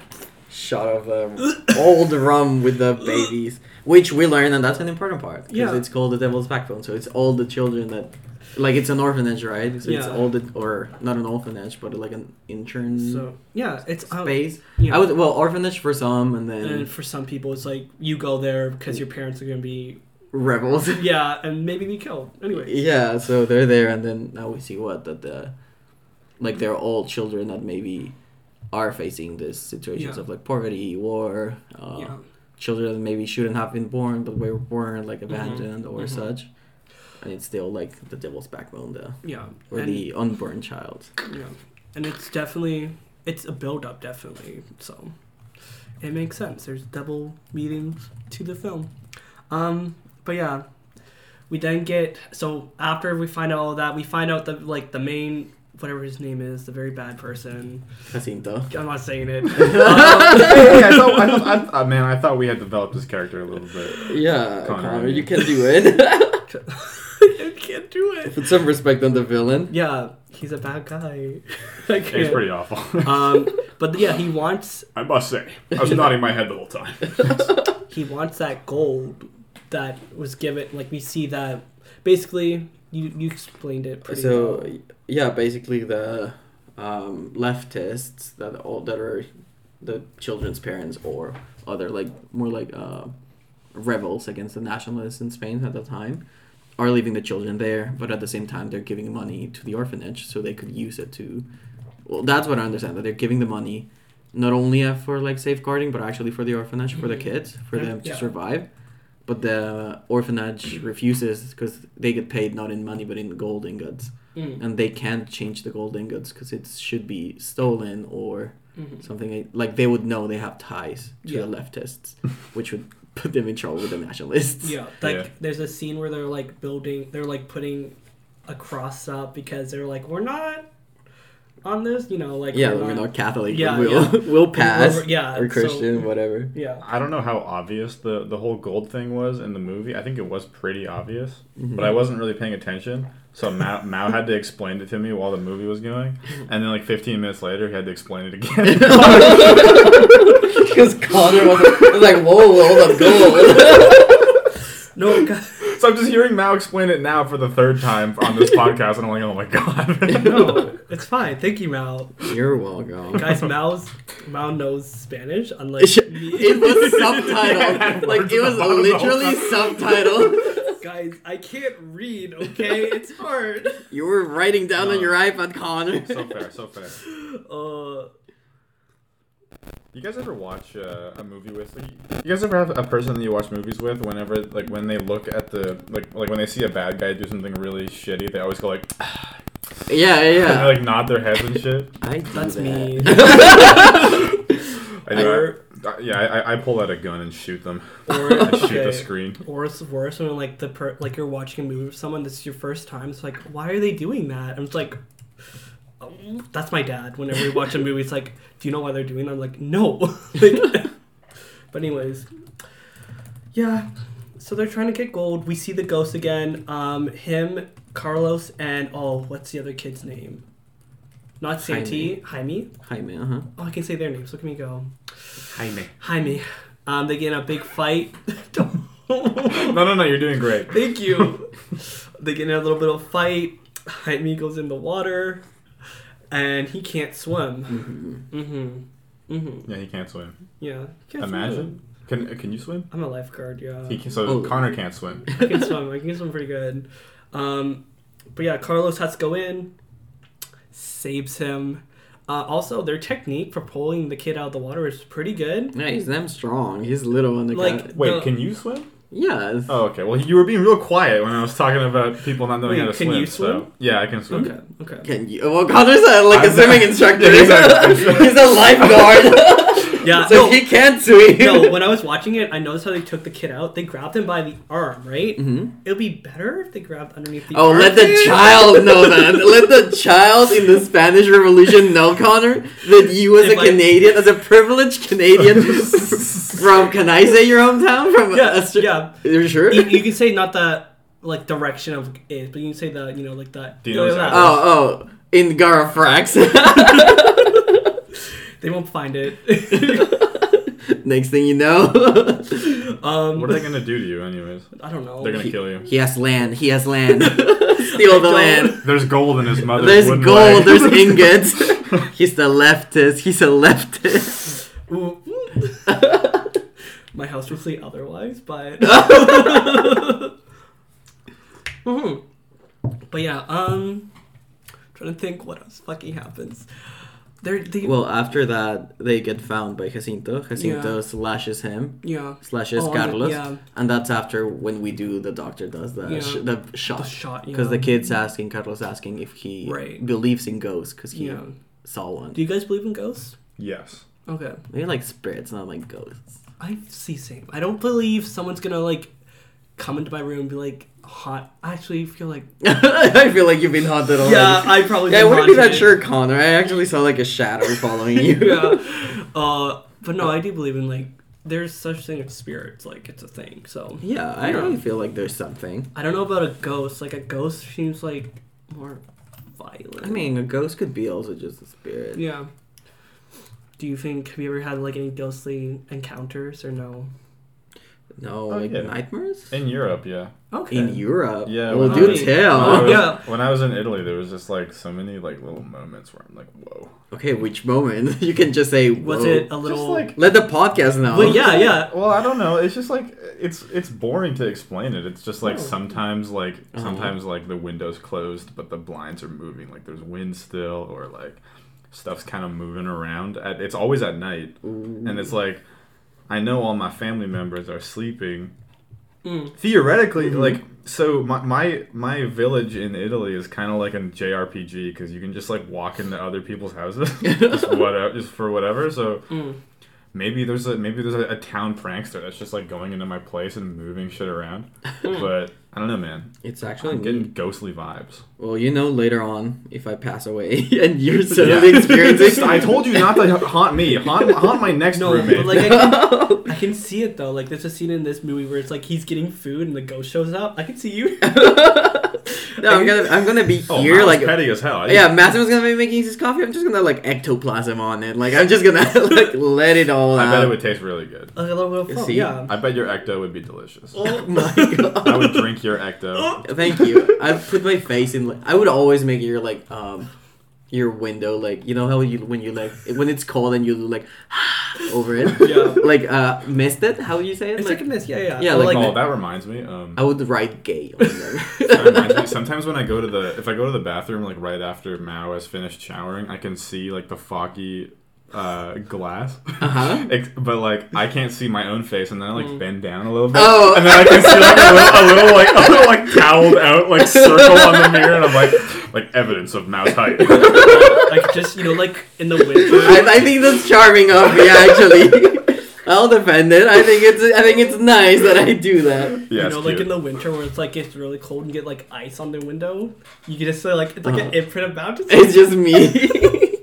Speaker 2: Shot of uh, old rum with the babies, which we learned, and that's an important part because
Speaker 1: Yeah.
Speaker 2: it's called the Devil's Backbone. So it's all the children that, like, it's an orphanage, right? So it's
Speaker 1: Yeah.
Speaker 2: all the or not an orphanage, but like an intern
Speaker 1: so yeah it's um,
Speaker 2: space.
Speaker 1: you know,
Speaker 2: I would well orphanage for some, and then
Speaker 1: and for some people it's like you go there because your parents are gonna be
Speaker 2: rebels.
Speaker 1: yeah and maybe be killed anyway
Speaker 2: yeah, so they're there, and then now we see what that the, like they're all children that maybe are facing these situations
Speaker 1: Yeah.
Speaker 2: of like poverty, war, uh,
Speaker 1: yeah
Speaker 2: children that maybe shouldn't have been born but were born like abandoned or
Speaker 1: mhm.
Speaker 2: such, and it's still like the devil's backbone, the
Speaker 1: yeah
Speaker 2: or
Speaker 1: and,
Speaker 2: the unborn child.
Speaker 1: yeah and it's definitely it's a build up definitely so it makes sense there's double meanings to the film um but yeah we then get so after we find out all that we find out the like the main whatever his name is the very bad person
Speaker 2: Jacinto.
Speaker 1: I'm not saying it
Speaker 3: hey, I thought, I thought, I, uh, man, I thought we had developed this character a little bit.
Speaker 2: Yeah,
Speaker 3: Connor,
Speaker 2: Connor,
Speaker 3: I
Speaker 2: you
Speaker 3: mean.
Speaker 2: can do it.
Speaker 1: I can't do it
Speaker 2: Put some respect on the villain.
Speaker 1: Yeah, he's a bad guy. I can't.
Speaker 3: It's pretty awful.
Speaker 1: um, but yeah, he wants
Speaker 3: I must say, I was nodding my head the whole time.
Speaker 1: he wants that gold that was given. Like we see that basically. You you explained it pretty
Speaker 2: so
Speaker 1: well.
Speaker 2: yeah basically the um, leftists that all that are the children's parents or other like more like uh, rebels against the nationalists in spain at the time are leaving the children there but at the same time they're giving money to the orphanage so they could use it to well that's what i understand that they're giving the money not only uh, for like safeguarding but actually for the orphanage for the
Speaker 1: Mm-hmm.
Speaker 2: kids for
Speaker 1: Yeah.
Speaker 2: them to
Speaker 1: Yeah.
Speaker 2: survive but the orphanage refuses because they get paid not in money but in gold ingots
Speaker 1: Mm,
Speaker 2: and they can't change the gold ingots because it should be stolen or
Speaker 1: mhm.
Speaker 2: something like they would know they have ties to
Speaker 1: Yeah.
Speaker 2: the leftists which would put them in trouble with the nationalists
Speaker 1: Yeah, like
Speaker 3: Yeah.
Speaker 1: there's a scene where they're like building, they're like putting a cross up because they're like we're not on this, you know, like
Speaker 2: Yeah,
Speaker 1: we're
Speaker 2: we're
Speaker 1: not-
Speaker 2: not Catholic.
Speaker 1: Yeah,
Speaker 2: Yeah, we'll
Speaker 1: yeah.
Speaker 2: we'll pass.
Speaker 1: We're- yeah,
Speaker 2: or
Speaker 1: so-
Speaker 2: Christian, whatever.
Speaker 1: yeah.
Speaker 3: I don't know how obvious the, the whole gold thing was in the movie. I think it was pretty obvious,
Speaker 2: Mm-hmm.
Speaker 3: but I wasn't really paying attention. So Mao, Mao had to explain it to me while the movie was going, and then like 15 minutes later, he had to explain it again.
Speaker 2: Because Connor was, was like, "Whoa, hold up, gold."
Speaker 1: No, God.
Speaker 3: so I'm just hearing Mao explain it now for the third time on this podcast, and I'm like, oh my god.
Speaker 1: no, it's fine. Thank you, Mal.
Speaker 2: You're welcome.
Speaker 1: Guys, Mal's Mal knows Spanish, unlike me.
Speaker 2: It was subtitled.
Speaker 3: Yeah,
Speaker 2: like it was
Speaker 3: the bottom the whole
Speaker 2: literally subtitled.
Speaker 1: Guys, I can't read. Okay, it's hard.
Speaker 2: You were writing down on
Speaker 3: No.
Speaker 2: your iPad, Connor.
Speaker 3: so fair, so fair.
Speaker 1: Uh,
Speaker 3: You guys ever watch uh, a movie with? Like, you guys ever have a person that you watch movies with? Whenever like when they look at the like like when they see a bad guy do something really shitty, they always go like
Speaker 2: Yeah, yeah,
Speaker 3: and they
Speaker 2: yeah.
Speaker 3: like nod their heads and shit.
Speaker 2: I do
Speaker 1: that's
Speaker 2: that.
Speaker 1: me.
Speaker 3: I do.
Speaker 1: Or-
Speaker 3: I, I, yeah, I, I pull out a gun and shoot them.
Speaker 1: Or-
Speaker 3: I shoot
Speaker 1: okay.
Speaker 3: the screen.
Speaker 1: Or it's worse when like the per- like you're watching a movie with someone that's your first time. It's like, why are they doing that? I'm just like, oh, that's my dad. Whenever we watch a movie, it's like, do you know why they're doing? that? I'm like, no. like, but anyways, yeah. So they're trying to get gold. We see the ghost again. Um, him, Carlos, and oh, what's the other kid's name? Not Santi, Jaime.
Speaker 2: Hi, man. Uh-huh.
Speaker 1: Oh, I can say their names. Look at me go,
Speaker 3: Jaime.
Speaker 1: Jaime. Um, they get in a big fight.
Speaker 3: No, no, no. You're doing great.
Speaker 1: Thank you. they get in a little bit of fight. Jaime goes in the water, and he can't swim.
Speaker 2: Mhm.
Speaker 1: Mm-hmm. Mm-hmm.
Speaker 3: Yeah, he can't swim.
Speaker 1: Yeah. he can't swim.
Speaker 3: Imagine. Can uh, Can you swim?
Speaker 1: I'm a lifeguard. Yeah.
Speaker 3: He can, so
Speaker 2: Oh.
Speaker 3: Connor can't swim.
Speaker 1: I can swim. I can swim pretty good. Um, but yeah, Carlos has to go in, saves him. Uh, also, their technique for pulling the kid out of the water is pretty good.
Speaker 2: Yeah, he's damn strong. He's little on the
Speaker 1: Like-
Speaker 2: cat.
Speaker 3: Wait,
Speaker 1: No.
Speaker 3: can you swim?
Speaker 2: Yeah.
Speaker 3: Oh, okay. Well, you were being real quiet when I was talking about people not
Speaker 1: Wait,
Speaker 3: knowing how to
Speaker 1: can
Speaker 3: swim.
Speaker 1: you swim?
Speaker 3: So yeah, I can swim.
Speaker 1: Okay. Okay.
Speaker 2: Can you? Well, Connor's a, like a
Speaker 3: I'm-
Speaker 2: swimming instructor.
Speaker 3: Yeah, exactly.
Speaker 2: he's a lifeguard.
Speaker 1: Yeah.
Speaker 2: so
Speaker 1: no,
Speaker 2: he can't swim.
Speaker 1: no, when I was watching it, I noticed how they took the kid out. They grabbed him by the arm, right?
Speaker 2: Mhm.
Speaker 1: It'll be better if they grabbed underneath the
Speaker 2: Oh,
Speaker 1: arm.
Speaker 2: let the
Speaker 1: dude.
Speaker 2: child know that. let the child in the Spanish Revolution know, Connor, that you as
Speaker 1: If
Speaker 2: a
Speaker 1: I-
Speaker 2: Canadian, as a privileged Canadian from, can I say your hometown? From
Speaker 1: Yeah,
Speaker 2: Aust-
Speaker 1: yeah. E,
Speaker 2: You're sure?
Speaker 1: You, you can say not the like direction of it, but you can say the you know like the.
Speaker 3: Dino's
Speaker 1: Yeah.
Speaker 3: out.
Speaker 2: oh, oh, in Garafrax. Oh.
Speaker 1: They won't find it.
Speaker 2: Next thing you know,
Speaker 1: um,
Speaker 3: What are they gonna do to you, anyways?
Speaker 1: I don't know.
Speaker 3: They're gonna kill you.
Speaker 2: he has land. He has land. Steal the
Speaker 1: Don't-
Speaker 2: land.
Speaker 3: There's gold in his mother's
Speaker 2: There's
Speaker 3: wooden
Speaker 2: gold.
Speaker 3: leg.
Speaker 2: There's ingots. He's the leftist. He's a leftist.
Speaker 1: Ooh. My house will say otherwise, but. Mhm. But yeah, um, trying to think what else fucking happens. They're they
Speaker 2: Well, after that, they get found by Jacinto. Jacinto slashes him,
Speaker 1: yeah.
Speaker 2: slashes
Speaker 1: Oh, and the-
Speaker 2: Carlos,
Speaker 1: yeah.
Speaker 2: and that's after when we do the doctor does the
Speaker 1: Yeah.
Speaker 2: sh- the shot.
Speaker 1: The shot,
Speaker 2: because the
Speaker 1: yeah.
Speaker 2: kid's asking Carlos asking if he
Speaker 1: Right.
Speaker 2: believes in ghosts because he
Speaker 1: Yeah.
Speaker 2: saw one.
Speaker 1: Do you guys believe in ghosts?
Speaker 3: Yes.
Speaker 1: Okay.
Speaker 2: They're like spirits, not like ghosts.
Speaker 1: I see same. I don't believe someone's gonna like come into my room and be like haunt. I actually feel like
Speaker 2: I feel like you've been haunted already.
Speaker 1: yeah, I probably
Speaker 2: Yeah, I
Speaker 1: been
Speaker 2: wouldn't be that
Speaker 1: haunted.
Speaker 2: sure, Connor. I actually saw like a shadow following you.
Speaker 1: yeah. Uh, but no, I do believe in like there's such thing as spirits. Like it's a thing. So
Speaker 2: Yeah, I
Speaker 1: Yeah.
Speaker 2: really feel like there's something.
Speaker 1: I don't know about a ghost. Like a ghost seems like more violent.
Speaker 2: I mean, a ghost could be also just a spirit.
Speaker 1: yeah. Do you think have you ever had like any ghostly encounters or no?
Speaker 2: No,
Speaker 3: Oh,
Speaker 2: like
Speaker 3: yeah.
Speaker 2: nightmares
Speaker 3: In Europe, yeah.
Speaker 1: Okay.
Speaker 2: in Europe.
Speaker 3: Yeah,
Speaker 2: well,
Speaker 3: when
Speaker 1: I
Speaker 2: do
Speaker 1: was-
Speaker 2: tell.
Speaker 3: When I uh, was,
Speaker 1: Yeah.
Speaker 3: when I was in Italy, there was just like so many like little moments where I'm like, whoa.
Speaker 2: Okay, which moment? You can just say,
Speaker 1: Was
Speaker 2: "Whoa."
Speaker 1: it a little?
Speaker 3: Just like.
Speaker 2: Let the podcast know.
Speaker 1: Well, yeah, yeah.
Speaker 3: Well, I don't know. It's just like it's it's boring to explain it. It's just
Speaker 1: Oh.
Speaker 3: like sometimes like
Speaker 1: Uh-huh.
Speaker 3: sometimes like the windows closed, but the blinds are moving. Like there's wind still, or like stuff's kind of moving around. At, it's always at night, and it's like I know all my family members are sleeping.
Speaker 1: Mm.
Speaker 3: Theoretically, like so, my, my my village in Italy is kind of like a JRPG because you can just like walk into other people's houses, just whatever, just for whatever. So
Speaker 1: Mm.
Speaker 3: maybe there's a maybe there's a, a town prankster that's just like going into my place and moving shit around.
Speaker 1: Mm.
Speaker 3: but I don't know, man.
Speaker 2: It's actually
Speaker 3: I'm
Speaker 2: me.
Speaker 3: getting ghostly vibes.
Speaker 2: Well, you know later on if I pass away and you're suddenly
Speaker 3: Yeah.
Speaker 2: experiencing.
Speaker 3: I told you not to haunt me. Haunt, haunt my next
Speaker 1: No,
Speaker 3: roommate.
Speaker 1: but like I can, I can see it though. Like there's a scene in this movie where it's like he's getting food and the ghost shows up. I can see you.
Speaker 2: No, I'm gonna I'm gonna be
Speaker 3: oh,
Speaker 2: here
Speaker 3: Matt's
Speaker 2: like
Speaker 3: petty as hell. I
Speaker 2: yeah. Massimo's gonna be making his coffee. I'm just gonna like ectoplasm on it. Like I'm just gonna like let it all
Speaker 3: I
Speaker 2: out.
Speaker 3: bet it would taste really good.
Speaker 1: Like a little bit of
Speaker 2: See?
Speaker 1: yeah.
Speaker 3: I bet your ecto would be delicious.
Speaker 1: Oh
Speaker 2: my God.
Speaker 3: I would drink your ecto.
Speaker 2: Thank you. I put my face in. Like, I would always make your like um your window like you know how you when you like when it's cold and you do like over it.
Speaker 1: Yeah.
Speaker 2: Like uh missed it. How would you say it?
Speaker 1: It's like, a miss. Yeah, yeah.
Speaker 2: Yeah,
Speaker 1: Or,
Speaker 2: like
Speaker 3: oh,
Speaker 2: that-
Speaker 3: that reminds me. Um,
Speaker 2: I would write gay. On
Speaker 3: that reminds
Speaker 2: there.
Speaker 3: me, sometimes when I go to the if I go to the bathroom like right after Mao has finished showering, I can see like the foggy uh, glass.
Speaker 2: Uh-huh.
Speaker 3: Ex- but like I can't see my own face, and then I like bend down a little bit,
Speaker 2: Oh.
Speaker 3: and then I can see like a little, a little like a little like cowled out like circle on the mirror, and I'm like like evidence of Mao's height.
Speaker 1: like just you know, like in the winter.
Speaker 2: I, I think that's charming of me actually. I'll defend it. I think it's I think it's nice that I do that.
Speaker 1: you
Speaker 3: Yeah, it's
Speaker 1: know,
Speaker 3: cute.
Speaker 1: like in the winter where it's like it's really cold and you get like ice on the window. You can just say like it's like
Speaker 2: Uh-huh.
Speaker 1: an imprint of baptism.
Speaker 2: It's just me.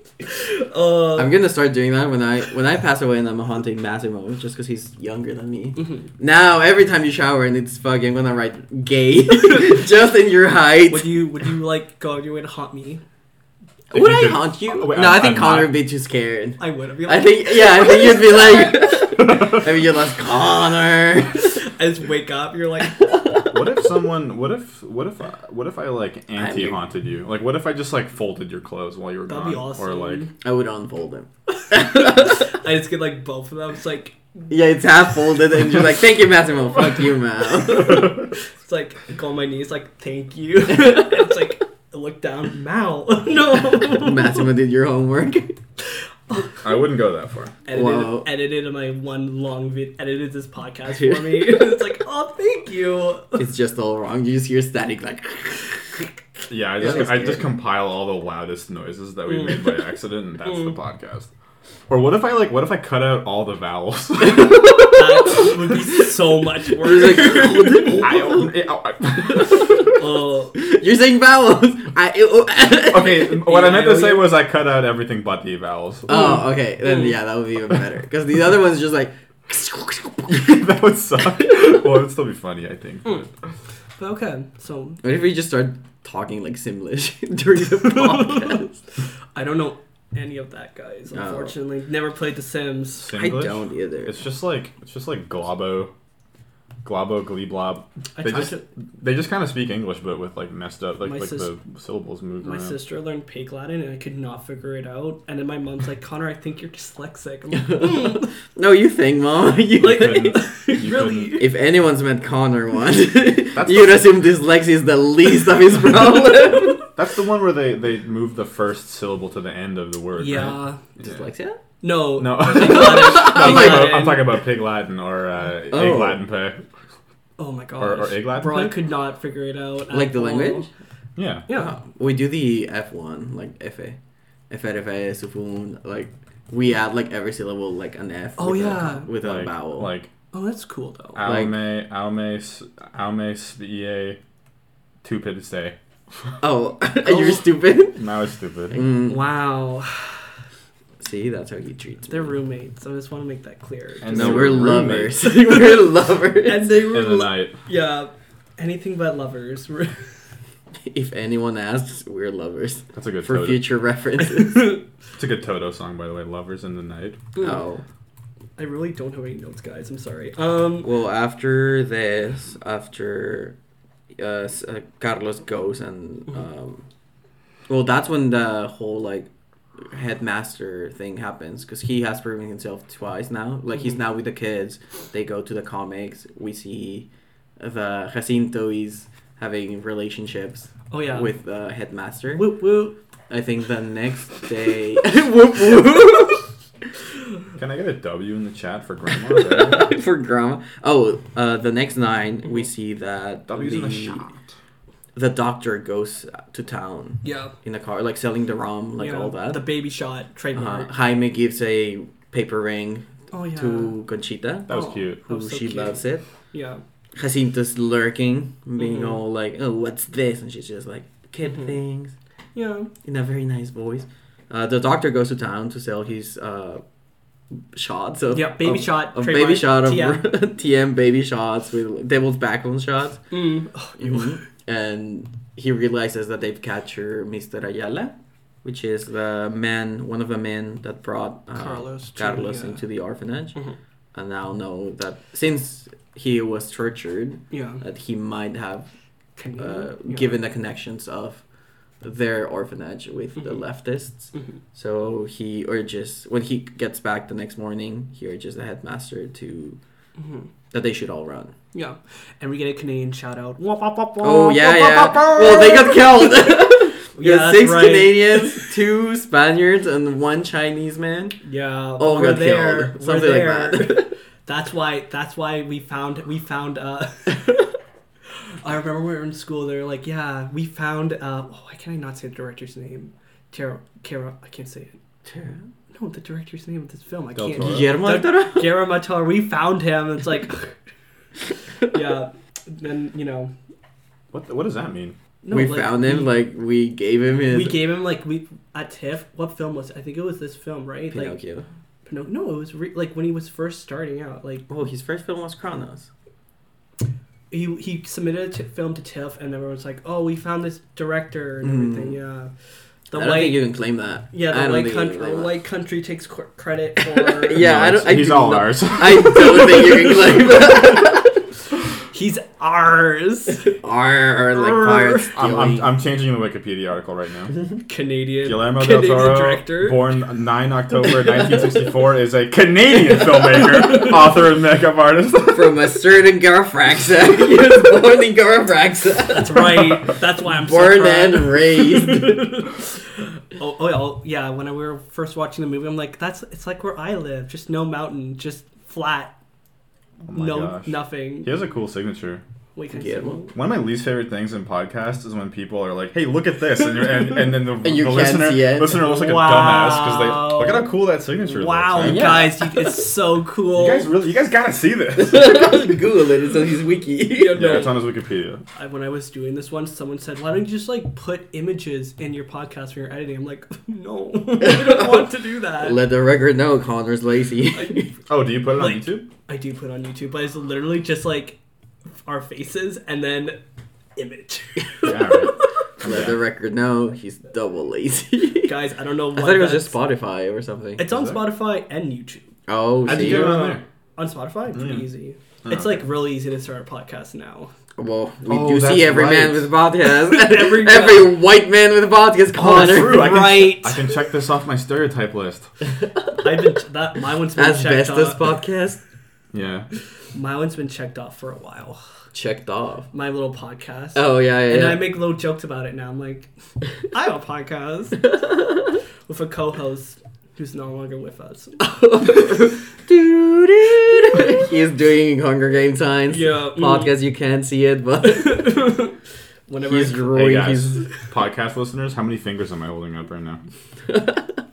Speaker 1: Uh,
Speaker 2: I'm gonna start doing that when I when I pass away and I'm haunting Massimo just because he's younger than me. Now every time you shower and it's foggy, I'm gonna write gay just in your height.
Speaker 1: would you would you like go out of your way to haunt me?
Speaker 3: If
Speaker 2: Would
Speaker 3: you
Speaker 2: I
Speaker 3: could-
Speaker 2: haunt you?
Speaker 3: Oh, wait,
Speaker 2: no,
Speaker 3: I'm-
Speaker 2: i think
Speaker 3: I'm
Speaker 2: Connor
Speaker 3: not-
Speaker 2: would be too scared.
Speaker 1: I would. I'd be
Speaker 2: I
Speaker 1: like,
Speaker 2: think yeah, I think you'd be like maybe you're like Connor.
Speaker 1: I just wake up. You're like,
Speaker 3: what if someone? What if? What if? I, what if I like anti
Speaker 2: your-
Speaker 3: haunted you? Like, what if I just like folded your clothes while you were
Speaker 1: That'd
Speaker 3: gone,
Speaker 1: be awesome.
Speaker 3: or like
Speaker 2: I would unfold him.
Speaker 1: I just get like both of them. It's like
Speaker 2: Yeah, it's half folded and you're like, thank you, Massimo. Fuck you, Mal.
Speaker 3: Um,
Speaker 1: it's like go on my knees. Like thank you. it's like I look down. Mal, no.
Speaker 2: Massimo did your homework.
Speaker 3: I wouldn't go that far.
Speaker 1: edited,
Speaker 2: Wow.
Speaker 1: edited my one long vid. Edited this podcast for me. it's like oh thank you.
Speaker 2: It's just all wrong. You just hear static like
Speaker 3: Yeah, I just
Speaker 2: Yeah, it's
Speaker 3: I just
Speaker 2: scary.
Speaker 3: compile all the loudest noises that we
Speaker 1: Mm.
Speaker 3: made by accident, and that's the
Speaker 1: Mm.
Speaker 3: podcast. Or what if I like? What if I cut out all the vowels?
Speaker 1: That would be so much worse.
Speaker 3: I don't- it- oh, I-
Speaker 1: Oh,
Speaker 2: You're saying vowels. I oh,
Speaker 3: okay, what I meant to say
Speaker 1: Yeah.
Speaker 3: was I cut out everything but the vowels.
Speaker 2: Oh, okay. Then yeah, that would be even better. Because the other one's just like What
Speaker 3: that would suck. well, it'd still be funny, I think.
Speaker 1: Mm. but okay. So
Speaker 2: if we just start talking like Simlish during the podcast?
Speaker 1: I don't know any of that, guys.
Speaker 2: No.
Speaker 1: Unfortunately, never played The Sims.
Speaker 2: I
Speaker 3: Singlish?
Speaker 2: don't either.
Speaker 3: It's just like it's just like globbo, globbo, glee blob.
Speaker 1: I
Speaker 3: They
Speaker 1: tried
Speaker 3: just
Speaker 1: to,
Speaker 3: they just kind of speak English, but with like messed up like
Speaker 1: My
Speaker 3: like
Speaker 1: sis-
Speaker 3: the syllables moved
Speaker 1: my
Speaker 3: around.
Speaker 1: sister learned Pig Latin and I could not figure it out. And then my mom's like, Connor, I think you're dyslexic. I'm like, "Mm."
Speaker 2: No, you think, Mom. You
Speaker 1: Like-
Speaker 3: couldn't- you
Speaker 1: really?
Speaker 2: if anyone's met Connor once,
Speaker 3: That's
Speaker 2: you'd assume dyslexia is the least of his problem.
Speaker 3: That's the one where they they move the first syllable to the end of the word. right?
Speaker 1: yeah.
Speaker 2: dyslexia?
Speaker 1: No.
Speaker 3: No.
Speaker 1: Pig Latin.
Speaker 3: I'm,
Speaker 1: Pig
Speaker 3: talking
Speaker 1: Latin.
Speaker 3: about, I'm talking about pig Latin or uh, egg
Speaker 2: Oh.
Speaker 3: Latin pig.
Speaker 1: Oh my gosh.
Speaker 3: Or- or egg Latin
Speaker 1: Bro, I
Speaker 3: pig?
Speaker 1: could not figure it out. at
Speaker 2: Like the
Speaker 1: all.
Speaker 2: language?
Speaker 3: Yeah.
Speaker 1: Yeah.
Speaker 2: Oh, We do the F one, like FA. FRFA, Sufun, like we add like every syllable like an F
Speaker 1: Oh,
Speaker 2: with
Speaker 1: yeah.
Speaker 2: a, with
Speaker 3: like,
Speaker 2: a vowel.
Speaker 3: Like
Speaker 1: Oh, that's cool though.
Speaker 2: Like-
Speaker 3: Alme Alme s- Alme Spie Stupid Stay.
Speaker 2: oh,
Speaker 1: Oh.
Speaker 2: you're stupid.
Speaker 3: Now it's stupid.
Speaker 2: Mm,
Speaker 1: Wow.
Speaker 2: see, that's how he treats me.
Speaker 1: They're roommates. I just want to make that clear.
Speaker 3: And
Speaker 1: Just-
Speaker 2: no,
Speaker 3: they're
Speaker 2: we're
Speaker 3: roommates.
Speaker 2: lovers. we're lovers.
Speaker 1: and they were
Speaker 3: In the night.
Speaker 1: Yeah, anything but lovers.
Speaker 2: if anyone asks, we're lovers
Speaker 3: That's a good
Speaker 2: for
Speaker 3: Toto.
Speaker 2: future references.
Speaker 3: It's a good Toto song by the way. Lovers in the night.
Speaker 2: oh,
Speaker 1: I really don't have any notes, guys. I'm sorry. Um,
Speaker 2: well, after this, after uh, s- uh, Carlos goes and um, well, that's when the whole like headmaster thing happens because he has proven himself twice now. Like he's
Speaker 1: Mhm.
Speaker 2: now with the kids. They go to the comics. We see the Jacinto is having relationships
Speaker 1: oh yeah.
Speaker 2: with the headmaster.
Speaker 1: Whoop, whoop.
Speaker 2: I think the next day. Whoop, whoop.
Speaker 3: Can I get a W in the chat for grandma?
Speaker 2: For grandma. Oh, uh, the next nine, we see that
Speaker 3: W's in the shot.
Speaker 2: the doctor goes to town
Speaker 1: Yeah.
Speaker 2: in a car, like selling the rum, like
Speaker 1: Mm. yeah.
Speaker 2: all that.
Speaker 1: The baby shot
Speaker 2: uh,
Speaker 1: trademark.
Speaker 2: Jaime gives a paper ring
Speaker 1: Oh, yeah.
Speaker 2: to Conchita,
Speaker 3: That was
Speaker 1: Oh,
Speaker 3: cute.
Speaker 1: that
Speaker 2: who
Speaker 1: was so
Speaker 2: she
Speaker 1: cute.
Speaker 2: loves it.
Speaker 1: Yeah.
Speaker 2: Jacinto's lurking, being
Speaker 1: Mhm.
Speaker 2: all like, "Oh, what's this?" and she's just like, "Kid
Speaker 1: Mm-hmm.
Speaker 2: things,"
Speaker 1: Yeah.
Speaker 2: in a very nice voice. Uh, the doctor goes to town to sell his uh, shots of
Speaker 1: Yeah, baby
Speaker 2: of-
Speaker 1: shot,
Speaker 2: of
Speaker 1: trademark,
Speaker 2: baby shot of
Speaker 1: TM.
Speaker 2: TM baby shots with devil's backbone shots.
Speaker 1: Mm. Oh, you.
Speaker 2: Mhm. and he realizes that they've captured Mr. Ayala, which is the man, one of the men that brought uh,
Speaker 1: Carlos to
Speaker 2: Carlos
Speaker 1: the, uh,
Speaker 2: into the orphanage,
Speaker 1: Mhm.
Speaker 2: and now know that since he was tortured,
Speaker 1: Yeah.
Speaker 2: that he might have
Speaker 1: Can
Speaker 2: uh,
Speaker 1: you- Mm-hmm. yeah.
Speaker 2: given the connections of their orphanage with the
Speaker 1: Mm-hmm.
Speaker 2: leftists.
Speaker 1: Mhm.
Speaker 2: So he urges when he gets back the next morning, he urges the headmaster to
Speaker 1: Mhm.
Speaker 2: that they should all run.
Speaker 1: Yeah. And we get a Canadian shout out. Wop, wop, wop,
Speaker 2: Oh
Speaker 1: wop,
Speaker 2: yeah,
Speaker 1: wop,
Speaker 2: yeah.
Speaker 1: wop, wop.
Speaker 2: Well, they got killed.
Speaker 1: Yeah,
Speaker 2: yeah,
Speaker 1: that's
Speaker 2: six
Speaker 1: right.
Speaker 2: Canadians, two Spaniards, and one Chinese man.
Speaker 1: Yeah.
Speaker 2: All
Speaker 1: we're
Speaker 2: got
Speaker 1: there.
Speaker 2: killed.
Speaker 1: We're
Speaker 2: Something
Speaker 1: there.
Speaker 2: like that.
Speaker 1: That's why. That's why we found. We found. Uh, I remember we were in school. They were like, "Yeah, we found." Uh, oh, why can I not say the director's name? Tara. Kara. I can't say it. No, the director's name of this film. I
Speaker 3: Del
Speaker 1: can't.
Speaker 3: Toro.
Speaker 2: Guillermo
Speaker 1: The-
Speaker 2: del Toro?
Speaker 1: Guillermo del Toro, We found him. It's like. yeah. Then you know.
Speaker 3: What the, What does that mean?
Speaker 1: No,
Speaker 2: we
Speaker 1: like,
Speaker 2: found him.
Speaker 1: we-
Speaker 2: like we gave him his
Speaker 1: we gave him like we at TIFF. What film was? It? I think it was this film, right? Like
Speaker 2: Pinocchio.
Speaker 1: Pinoc- no, it was re- like when he was first starting out. Like
Speaker 2: oh, his first film was Kronos.
Speaker 1: he he submitted a t- film to TIFF, and everyone's like, "Oh, we found this director and
Speaker 2: Mm.
Speaker 1: everything." Yeah, the
Speaker 2: I don't
Speaker 1: white
Speaker 2: think you can claim that. I
Speaker 1: yeah the
Speaker 2: don't
Speaker 1: white
Speaker 2: think you can
Speaker 1: country
Speaker 2: claim
Speaker 1: the
Speaker 2: that.
Speaker 1: white country takes cr- credit for
Speaker 2: Yeah, I
Speaker 3: it's-
Speaker 2: don't- I
Speaker 3: he's
Speaker 2: do
Speaker 3: all
Speaker 2: not-
Speaker 3: ours.
Speaker 2: I don't think you can claim that.
Speaker 1: he's ours
Speaker 2: Or
Speaker 1: Arr.
Speaker 2: like pirates
Speaker 3: I'm,
Speaker 2: stealing.
Speaker 3: I'm, I'm changing the Wikipedia article right now.
Speaker 1: Canadian
Speaker 3: Guillermo del
Speaker 1: Canadian
Speaker 3: Toro,
Speaker 1: director.
Speaker 3: born 9 October 1964, is a Canadian filmmaker, author, and makeup artist.
Speaker 2: from a certain Garfraxa. he was born in Garfraxa.
Speaker 1: That's right. That's why I'm so
Speaker 2: Born
Speaker 1: proud.
Speaker 2: and raised.
Speaker 1: oh, oh, yeah, oh, yeah. When I we were first watching the movie, I'm like, that's it's like where I live, just no mountain, just flat,
Speaker 3: Oh my
Speaker 1: no
Speaker 3: gosh.
Speaker 1: nothing.
Speaker 3: He has a cool signature.
Speaker 1: Wait, can I
Speaker 2: Yeah.
Speaker 1: see?
Speaker 3: One of my least favorite things in podcasts is when people are like, "Hey, look at this," and, you're, and, and then the,
Speaker 2: you
Speaker 3: the
Speaker 2: can't
Speaker 3: listener
Speaker 2: see it.
Speaker 3: listener looks like
Speaker 1: Wow.
Speaker 3: a dumbass because they look at how cool that signature
Speaker 1: Wow,
Speaker 3: looks.
Speaker 2: Yeah.
Speaker 3: Like,
Speaker 1: guys, you, it's so cool.
Speaker 3: You guys really, you guys gotta see this.
Speaker 2: Google it. It's on his wiki.
Speaker 1: Yeah,
Speaker 3: yeah,
Speaker 1: no.
Speaker 3: it's on his Wikipedia.
Speaker 1: I, when I was doing this one, someone said, "Why don't you just like put images in your podcast when you're editing?" I'm like, "No, I don't want to do that."
Speaker 2: Let the record know Connor's lazy.
Speaker 3: Oh, do you put it on
Speaker 1: Like-
Speaker 3: YouTube?
Speaker 1: I do put it on YouTube, but it's literally just like our faces and then image.
Speaker 3: Yeah, right.
Speaker 2: Let the record know he's double lazy.
Speaker 1: guys, I don't know. What
Speaker 2: I thought it was
Speaker 1: that's-
Speaker 2: just Spotify or something.
Speaker 1: It's on
Speaker 3: Is it?
Speaker 1: Spotify and YouTube.
Speaker 2: Oh,
Speaker 3: How'd
Speaker 2: see?
Speaker 3: you get it on there?
Speaker 1: On Spotify, pretty
Speaker 3: Mm.
Speaker 1: easy.
Speaker 3: Oh,
Speaker 1: it's
Speaker 3: okay.
Speaker 1: like really easy to start a podcast now.
Speaker 2: Well, we
Speaker 3: Oh,
Speaker 2: do
Speaker 3: that's
Speaker 2: see every man
Speaker 3: right.
Speaker 2: with a podcast.
Speaker 1: Every guy.
Speaker 2: every, white man with a podcast, Connor.
Speaker 3: Oh, That's true. I can,
Speaker 1: Right.
Speaker 3: I can check this off my stereotype list.
Speaker 1: I've been that my one's been checked
Speaker 2: Asbestos
Speaker 1: off.
Speaker 2: podcast
Speaker 3: Yeah.
Speaker 1: my one's been checked off for a while.
Speaker 2: checked off.
Speaker 1: My little podcast.
Speaker 2: Oh yeah, yeah.
Speaker 1: And
Speaker 2: yeah.
Speaker 1: I make little jokes about it now. I'm like, I have a podcast with a co-host who's no longer with us.
Speaker 2: Doo-doo. He's doing Hunger Game signs.
Speaker 1: Yeah, mm.
Speaker 2: Podcast, you can't see it, but
Speaker 1: Whenever
Speaker 2: he's
Speaker 1: I-
Speaker 3: Hey
Speaker 2: drawing
Speaker 3: guys,
Speaker 2: his.
Speaker 3: podcast listeners, how many fingers am I holding up right now?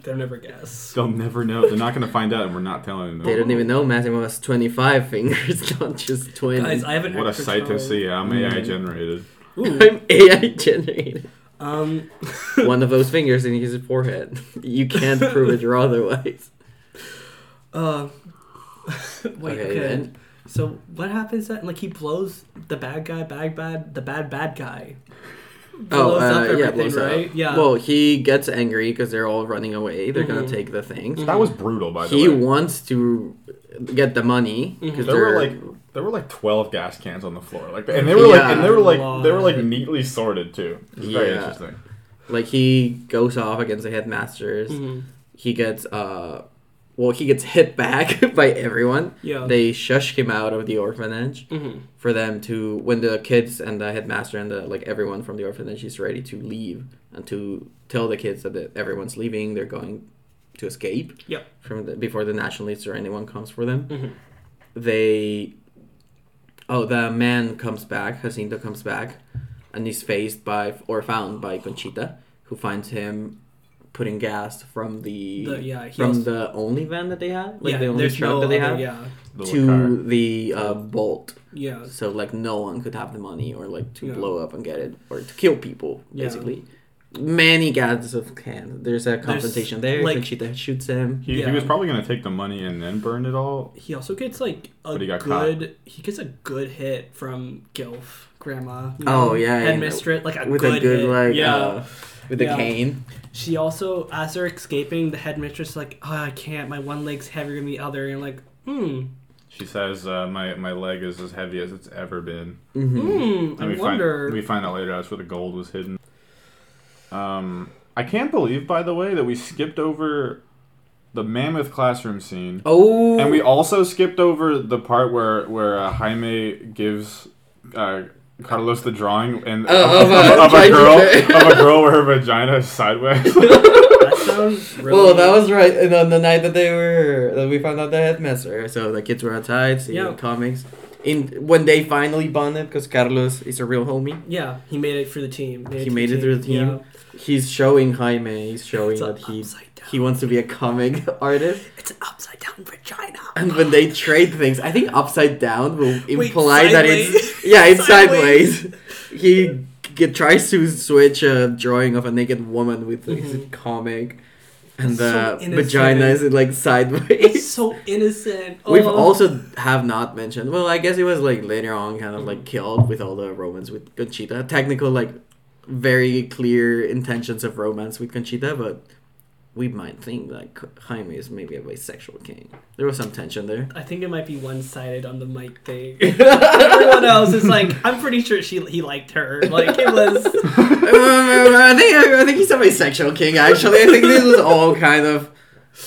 Speaker 1: they'll never guess.
Speaker 3: They'll never know. They're not gonna find out, and we're not telling them.
Speaker 2: They don't even know Massimo has 25 fingers, not just 20.
Speaker 1: Guys, I haven't.
Speaker 3: What a sight to see! Yeah, I'm AI generated.
Speaker 2: I'm AI generated.
Speaker 1: Um,
Speaker 2: One of those fingers in his forehead. You can't prove it or otherwise.
Speaker 1: uh, wait.
Speaker 2: Okay,
Speaker 1: Okay.
Speaker 2: then.
Speaker 1: So what happens then? Like he blows the bad guy, bad bad, the bad bad guy.
Speaker 2: Oh,
Speaker 1: Blows up
Speaker 2: uh, yeah,
Speaker 1: everything,
Speaker 2: blows
Speaker 1: right?
Speaker 2: up.
Speaker 1: Yeah. Mm-hmm.
Speaker 2: Well, he gets angry because they're all running away. They're gonna take the things.
Speaker 3: That was brutal, Mm-hmm. by the
Speaker 2: He
Speaker 3: way.
Speaker 2: wants to get the money
Speaker 1: Mm-hmm.
Speaker 2: because
Speaker 3: There
Speaker 2: they're
Speaker 3: were like there were like twelve gas cans on the floor, like and they were like and they were like they were like neatly sorted too. It was very
Speaker 2: Yeah.
Speaker 3: interesting.
Speaker 2: like he goes off against the headmasters.
Speaker 1: Mm-hmm.
Speaker 2: He gets uh, well, he gets hit back by everyone.
Speaker 1: Yeah.
Speaker 2: They shush him out of the orphanage
Speaker 1: Mhm.
Speaker 2: for them to when the kids and the headmaster and the like everyone from the orphanage is ready to leave and to tell the kids that the, everyone's leaving. They're going to escape.
Speaker 1: Yep. Mm-hmm.
Speaker 2: from the, before the nationalists or anyone comes for them. They, oh, the man comes back. Jacinto comes back, and he's faced by or found by Conchita, who finds him putting gas from the,
Speaker 1: The- yeah, he
Speaker 2: from
Speaker 1: also-
Speaker 2: the only van that they had, like
Speaker 1: yeah,
Speaker 2: the only
Speaker 1: there's
Speaker 2: truck
Speaker 1: no
Speaker 2: that they
Speaker 1: other-
Speaker 2: had,
Speaker 1: Yeah,
Speaker 3: The
Speaker 2: to the uh, bolt.
Speaker 1: yeah.
Speaker 2: So like no one could have the money or like to
Speaker 1: Yeah.
Speaker 2: blow up and get it or to kill people
Speaker 1: Yeah.
Speaker 2: basically. Many gathers of can. There's a confrontation there.
Speaker 1: like-
Speaker 2: Like she shoots him.
Speaker 3: He,
Speaker 1: Yeah.
Speaker 3: he was probably gonna take the money and then burn it all.
Speaker 1: He also gets like a
Speaker 3: But he got
Speaker 1: good. He gets a good hit from Gilf Grandma. you
Speaker 2: Oh, yeah, yeah.
Speaker 1: headmistress. Like a
Speaker 2: with
Speaker 1: good
Speaker 2: a good
Speaker 1: hit.
Speaker 2: like
Speaker 1: yeah.
Speaker 2: uh, with
Speaker 1: Yeah.
Speaker 2: a cane.
Speaker 1: She also, as they're escaping, the headmistress is like, oh, I can't. My one leg's heavier than the other. And I'm like, hmm,
Speaker 3: She says, uh, "My my leg is as heavy as it's ever been."
Speaker 1: hmm. I
Speaker 3: And we
Speaker 1: wonder.
Speaker 3: find we find out later that's where the gold was hidden. Um, I can't believe, by the way, that we skipped over the mammoth classroom scene,
Speaker 2: Oh,
Speaker 3: and we also skipped over the part where where uh, Jaime gives. Uh, Carlos the drawing and
Speaker 2: Uh, of a-
Speaker 3: Oh, of a girl
Speaker 2: vagina.
Speaker 3: of a girl where her vagina is sideways.
Speaker 1: that sounds really.
Speaker 2: Well, that was right. And on the night that they were, that we found out the headmaster. So the kids were outside seeing
Speaker 1: Yeah.
Speaker 2: comics. In when they finally bonded, because Carlos is a real homie.
Speaker 1: Yeah, he made it for the team.
Speaker 2: He made it through the team.
Speaker 1: Yeah.
Speaker 2: He's showing Jaime. He's showing
Speaker 1: It's a
Speaker 2: that he
Speaker 1: upside down.
Speaker 2: he wants to be a comic artist.
Speaker 1: It's an upside down vagina.
Speaker 2: And when they trade things, I think upside down will
Speaker 1: Wait,
Speaker 2: imply that it's
Speaker 1: sideways?
Speaker 2: yeah, it's
Speaker 1: Sideways.
Speaker 2: sideways. He get, tries to switch a drawing of a naked woman with like, his
Speaker 1: Mhm.
Speaker 2: comic, and
Speaker 1: So
Speaker 2: the
Speaker 1: innocent.
Speaker 2: vagina is like sideways.
Speaker 1: It's so innocent.
Speaker 2: We've
Speaker 1: Oh.
Speaker 2: also have not mentioned. Well, I guess it was like later on, kind of
Speaker 1: Mm-hmm.
Speaker 2: like killed with all the romance with Conchita. Technical, like very clear intentions of romance with Conchita, but we might think like Jaime is maybe a bisexual king. There was some tension there.
Speaker 1: I think it might be one sided on the mic thing. Everyone else is like, I'm pretty sure she he liked her. Like it was.
Speaker 2: Um, I think I think he's a bisexual king. Actually, I think this was all kind of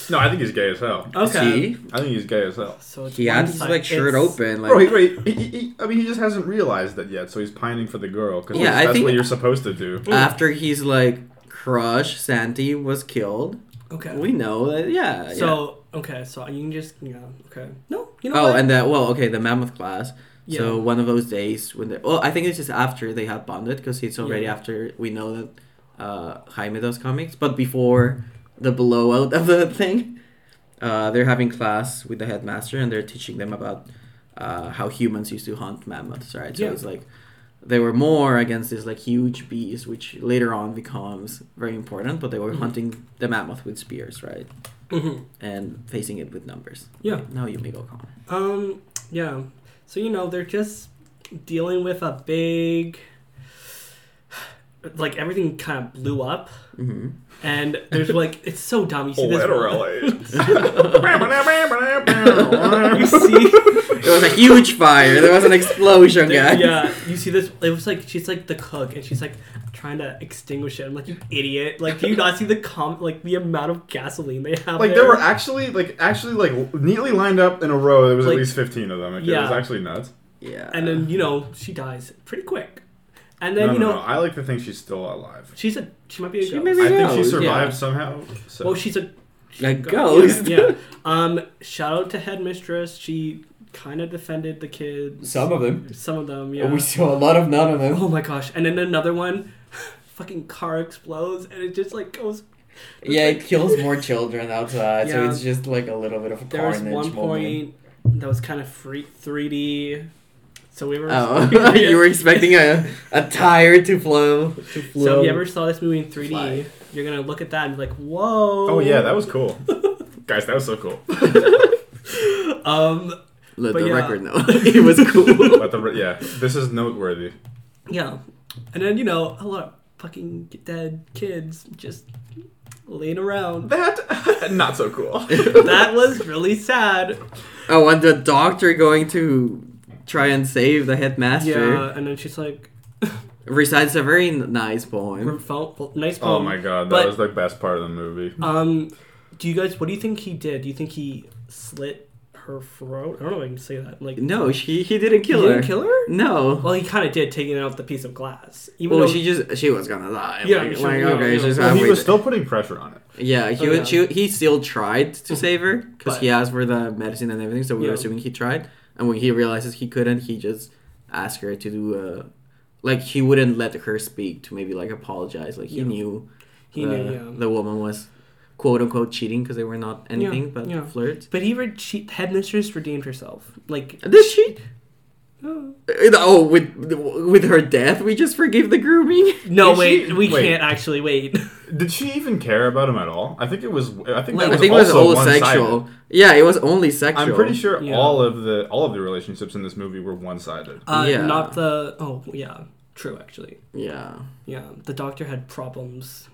Speaker 3: no, I think he's gay as hell.
Speaker 1: Okay.
Speaker 2: See?
Speaker 3: I think he's gay as hell.
Speaker 1: So it's
Speaker 2: He had his
Speaker 1: one-sided.
Speaker 2: like shirt
Speaker 1: It's-
Speaker 2: open, like
Speaker 3: Bro, he, wait, he, he, he- I mean, he just hasn't realized that yet, so he's pining for the girl because
Speaker 2: Yeah, I
Speaker 3: that's
Speaker 2: think-
Speaker 3: what you're supposed to do.
Speaker 2: after he's like crush Santi was killed.
Speaker 1: Okay.
Speaker 2: We know that, yeah. Uh, yeah.
Speaker 1: so okay, so you can just yeah. Okay. No, you know
Speaker 2: Oh,
Speaker 1: what?
Speaker 2: and that well, okay, the mammoth class.
Speaker 1: Yeah.
Speaker 2: So one of those days when they, well, I think it's just after they have bonded because it's already
Speaker 1: Yeah.
Speaker 2: after we know that uh, Jaime does comics, but before the blowout of the thing, uh, they're having class with the headmaster and they're teaching them about uh, how humans used to hunt mammoths, right? So
Speaker 1: Yeah.
Speaker 2: it's like they were more against this like huge beast, which later on becomes very important, but they were
Speaker 1: Mm-hmm.
Speaker 2: hunting the mammoth with spears, right?
Speaker 1: Mhm.
Speaker 2: And facing it with numbers.
Speaker 1: Yeah.
Speaker 2: Now you may go con.
Speaker 1: Um. Yeah. So you know they're just dealing with a big. Like everything kind of blew up,
Speaker 2: hmm
Speaker 1: and there's like it's so dumb. You see this You
Speaker 3: Literally.
Speaker 1: see,
Speaker 2: There was a huge fire. There was an explosion, guys.
Speaker 1: yeah, you see this. It was like she's like the cook, and she's like trying to extinguish it. I'm like, you idiot! Like, do you not see the com like the amount of gasoline they have?
Speaker 3: like there were actually like actually like neatly lined up in a row. There was
Speaker 1: Like-
Speaker 3: at least fifteen of them. Okay? It was
Speaker 1: Yeah.
Speaker 3: actually nuts.
Speaker 2: Yeah.
Speaker 1: and then you know she dies pretty quick, and then
Speaker 3: no,
Speaker 1: you
Speaker 3: no,
Speaker 1: know
Speaker 3: no. I like to think she's still alive.
Speaker 1: she's a she might be a
Speaker 2: She
Speaker 1: ghost.
Speaker 2: may be-
Speaker 3: I think she
Speaker 2: knows?
Speaker 3: survived
Speaker 2: Yeah.
Speaker 3: somehow. So.
Speaker 1: well, she's a
Speaker 2: a
Speaker 1: ghost.
Speaker 2: ghost.
Speaker 1: Yeah, yeah. Um, shout out to headmistress. She kind of defended the kids.
Speaker 2: Some of them.
Speaker 1: Some of them, yeah.
Speaker 2: We saw a lot of none of them.
Speaker 1: Oh my gosh! And then another one, fucking car explodes, and it just like goes
Speaker 2: Yeah, it kills more children outside, so
Speaker 1: Yeah.
Speaker 2: it's just like a little bit of a
Speaker 1: There was
Speaker 2: carnage
Speaker 1: one
Speaker 2: moment.
Speaker 1: point that was kind of free 3D. So we were.
Speaker 2: Oh, you were expecting a, a tire to flow to flow.
Speaker 1: So if you ever saw this movie in 3D,
Speaker 2: Fly.
Speaker 1: you're gonna look at that and be like, "Whoa!"
Speaker 3: oh yeah, that was cool, guys. That was so cool.
Speaker 1: Um.
Speaker 2: Let
Speaker 1: but
Speaker 2: the
Speaker 1: yeah.
Speaker 2: record know it was cool.
Speaker 3: But the, yeah, this is noteworthy.
Speaker 1: Yeah, and then you know a lot of fucking dead kids just laying around.
Speaker 3: That not so cool.
Speaker 1: that was really sad.
Speaker 2: oh, and the doctor going to try and save the headmaster
Speaker 1: Yeah, and then she's like,
Speaker 2: recites a very n- nice poem.
Speaker 1: "Felt nice."
Speaker 3: Hmm? Oh
Speaker 1: poem.
Speaker 2: Um,
Speaker 3: my god, that
Speaker 1: But-
Speaker 3: was the best part of the movie.
Speaker 1: Um, do you guys? What do you think he did? Do you think he slit her throat? I don't know if I can say that. Like,
Speaker 2: No, she he didn't kill
Speaker 1: he
Speaker 2: her.
Speaker 1: didn't kill her.
Speaker 2: No.
Speaker 1: Well, he kind of did, taking out the piece of glass. Even
Speaker 2: Well,
Speaker 1: though
Speaker 2: she just she was gonna die.
Speaker 1: Yeah,
Speaker 2: Yeah, like,
Speaker 1: she-
Speaker 2: like,
Speaker 1: yeah,
Speaker 2: okay,
Speaker 1: yeah.
Speaker 2: she's
Speaker 1: Well,
Speaker 3: Well, he
Speaker 2: halfway
Speaker 3: was
Speaker 2: there.
Speaker 3: still putting pressure on it.
Speaker 2: yeah, he
Speaker 1: Oh,
Speaker 2: would,
Speaker 1: yeah.
Speaker 2: She, he still tried to save her because he asked for the medicine and everything. So we
Speaker 1: Yeah.
Speaker 2: were assuming he tried, and when he realizes he couldn't, he just asked uh, her to do a like he wouldn't let her speak to maybe like apologize. Like he
Speaker 1: Yeah.
Speaker 2: knew
Speaker 1: He
Speaker 2: the,
Speaker 1: knew,
Speaker 3: uh,
Speaker 1: yeah.
Speaker 2: the woman was quote unquote cheating because they were not anything but
Speaker 1: yeah.
Speaker 2: flirts.
Speaker 1: But he re- she, headmistress redeemed herself. Like,
Speaker 2: Did she?
Speaker 1: no,
Speaker 2: Oh, with with her death, we just forgive the grooming.
Speaker 3: Did
Speaker 1: wait,
Speaker 3: she-
Speaker 1: we
Speaker 3: wait.
Speaker 1: can't actually wait.
Speaker 3: Did she even care about him at all? I think it was. I think
Speaker 2: I
Speaker 3: that was
Speaker 2: think it was
Speaker 3: also
Speaker 2: all
Speaker 3: one-sided.
Speaker 2: sexual. Yeah, it was only sexual.
Speaker 3: I'm pretty sure
Speaker 1: Yeah.
Speaker 3: all of the all of the relationships in this movie were one-sided.
Speaker 1: Uh,
Speaker 2: Yeah.
Speaker 1: Not the. Oh, yeah. True, actually.
Speaker 2: Yeah.
Speaker 1: Yeah. The doctor had problems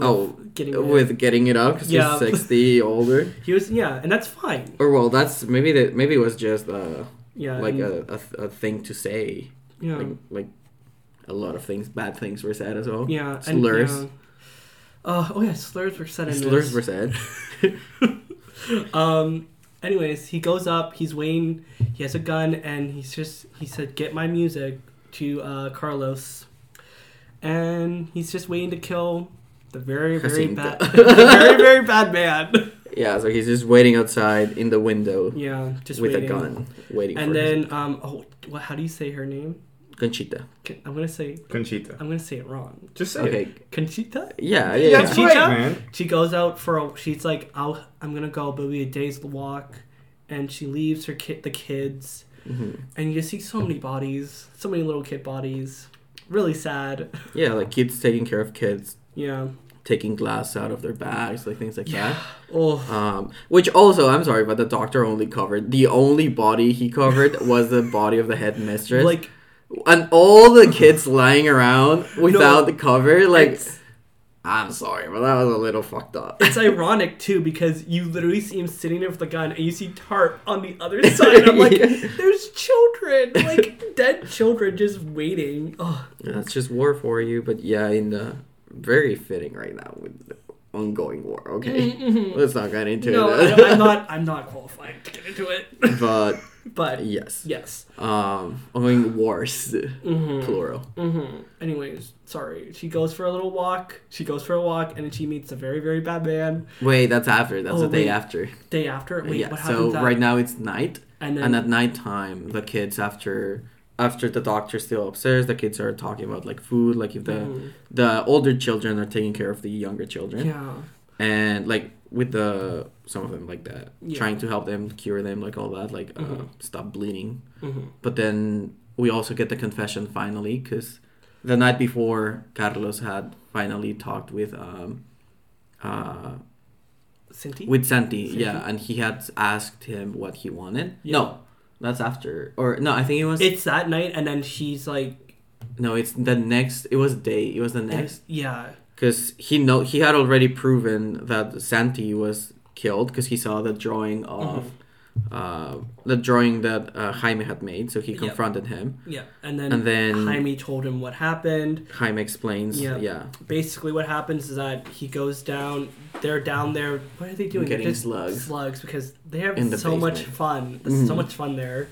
Speaker 2: Oh,
Speaker 1: getting. rid-
Speaker 2: with getting it up because
Speaker 1: Yeah.
Speaker 2: he's sixty older.
Speaker 1: He was. Yeah, and that's fine.
Speaker 2: Or well, that's maybe that maybe it was just uh,
Speaker 1: Yeah.
Speaker 2: like
Speaker 1: and-
Speaker 2: a, a th- a thing to say.
Speaker 1: Yeah.
Speaker 2: Like like a lot of things, bad things were said as well.
Speaker 1: yeah.
Speaker 2: oh, slurs.
Speaker 1: And, yeah. Uh, oh, yeah. Slurs were said in this.
Speaker 2: Slurs were said.
Speaker 1: Um. Anyways, he goes up. He's Wayne. He has a gun, and he's just. He said, "Get my music to uh, Carlos," and he's just waiting to kill the very, very
Speaker 2: Jacinta.
Speaker 1: bad, the very, very bad man.
Speaker 2: Yeah, so he's just waiting outside in the window
Speaker 1: Yeah, just
Speaker 2: with
Speaker 1: waiting.
Speaker 2: a gun, waiting
Speaker 1: And
Speaker 2: for his-
Speaker 1: then, um, oh, what? How do you say her name?
Speaker 2: Conchita.
Speaker 1: Con- I'm gonna say.
Speaker 3: Conchita,
Speaker 1: I'm gonna say it wrong.
Speaker 3: just say it.
Speaker 2: Okay.
Speaker 1: Conchita.
Speaker 2: Yeah, yeah.
Speaker 3: Yeah,
Speaker 2: yeah.
Speaker 3: that's
Speaker 1: Conchita?
Speaker 3: right, man.
Speaker 1: She goes out for a. She's like, I'll, I'm gonna go maybe a day's walk, and she leaves her kid, the kids,
Speaker 2: Mhm.
Speaker 1: and you just see so many bodies, so many little kid bodies. Really sad.
Speaker 2: Yeah, like kids taking care of kids,
Speaker 1: Yeah.
Speaker 2: taking glass out of their bags, like things like
Speaker 1: Oh.
Speaker 2: that. Um, which also, I'm sorry, but the doctor only covered the only body he covered was the body of the headmistress,
Speaker 1: Like
Speaker 2: and all the kids lying around without the cover. Like,
Speaker 1: it's,
Speaker 2: I'm sorry, but that was a little fucked up.
Speaker 1: it's ironic too because you literally see him sitting there with the gun and you see Tarp on the other side. And I'm like,
Speaker 2: Yeah.
Speaker 1: there's children, like dead children, just waiting. Oh,
Speaker 2: That's just war for you, but yeah, in the very fitting right now with the ongoing war. Okay, let's not get into
Speaker 1: no,
Speaker 2: it.
Speaker 1: I, I'm not. I'm not qualified to get into it.
Speaker 2: but
Speaker 1: But
Speaker 2: yes,
Speaker 1: yes.
Speaker 2: um, ongoing wars,
Speaker 1: Mm-hmm.
Speaker 2: plural.
Speaker 1: hmm
Speaker 2: Mm-hmm.
Speaker 1: Anyways, sorry. She goes for a little walk. She goes for a walk, and then she meets a very, very bad man.
Speaker 2: Wait, that's after. That's
Speaker 1: Oh,
Speaker 2: the day
Speaker 1: wait.
Speaker 2: after.
Speaker 1: Day after, wait,
Speaker 2: yeah.
Speaker 1: what
Speaker 2: So
Speaker 1: happens? at-
Speaker 2: right now it's night,
Speaker 1: and then
Speaker 2: and at nighttime, the kids after after the doctor's still upstairs, the kids are talking about like food, like if the
Speaker 1: Mhm.
Speaker 2: the older children are taking care of the younger children,
Speaker 1: yeah,
Speaker 2: and like with the some of them like that,
Speaker 1: Yeah.
Speaker 2: trying to help them, cure them, like all that, like uh,
Speaker 1: Mhm.
Speaker 2: stop bleeding.
Speaker 1: hmm
Speaker 2: But then we also get the confession finally, because the night before, Carlos had finally talked with um, uh,
Speaker 1: Cinti.
Speaker 2: with Santi,
Speaker 1: Santi?
Speaker 2: yeah, and he had asked him what he wanted.
Speaker 1: Yeah.
Speaker 2: No, that's after, or no, I think it was
Speaker 1: it's that night, and then she's like,
Speaker 2: no, it's the next. It was day. It was the next
Speaker 1: yeah,
Speaker 2: because he know he had already proven that Santi was killed because he saw the drawing of. Uh, the drawing that uh, Jaime had made, so he
Speaker 1: Mm-hmm. Yep.
Speaker 2: confronted him,
Speaker 1: yeah, and then
Speaker 2: and then
Speaker 1: Jaime told him what happened.
Speaker 2: Jaime explains,
Speaker 1: Yeah.
Speaker 2: yeah,
Speaker 1: Basically, what happens is that he goes down. They're down there. What are they doing? They're
Speaker 2: Getting
Speaker 1: just
Speaker 2: slugs.
Speaker 1: Slugs because they have
Speaker 2: In the
Speaker 1: so much
Speaker 2: basement.
Speaker 1: fun. There's so
Speaker 2: Mhm.
Speaker 1: much fun there.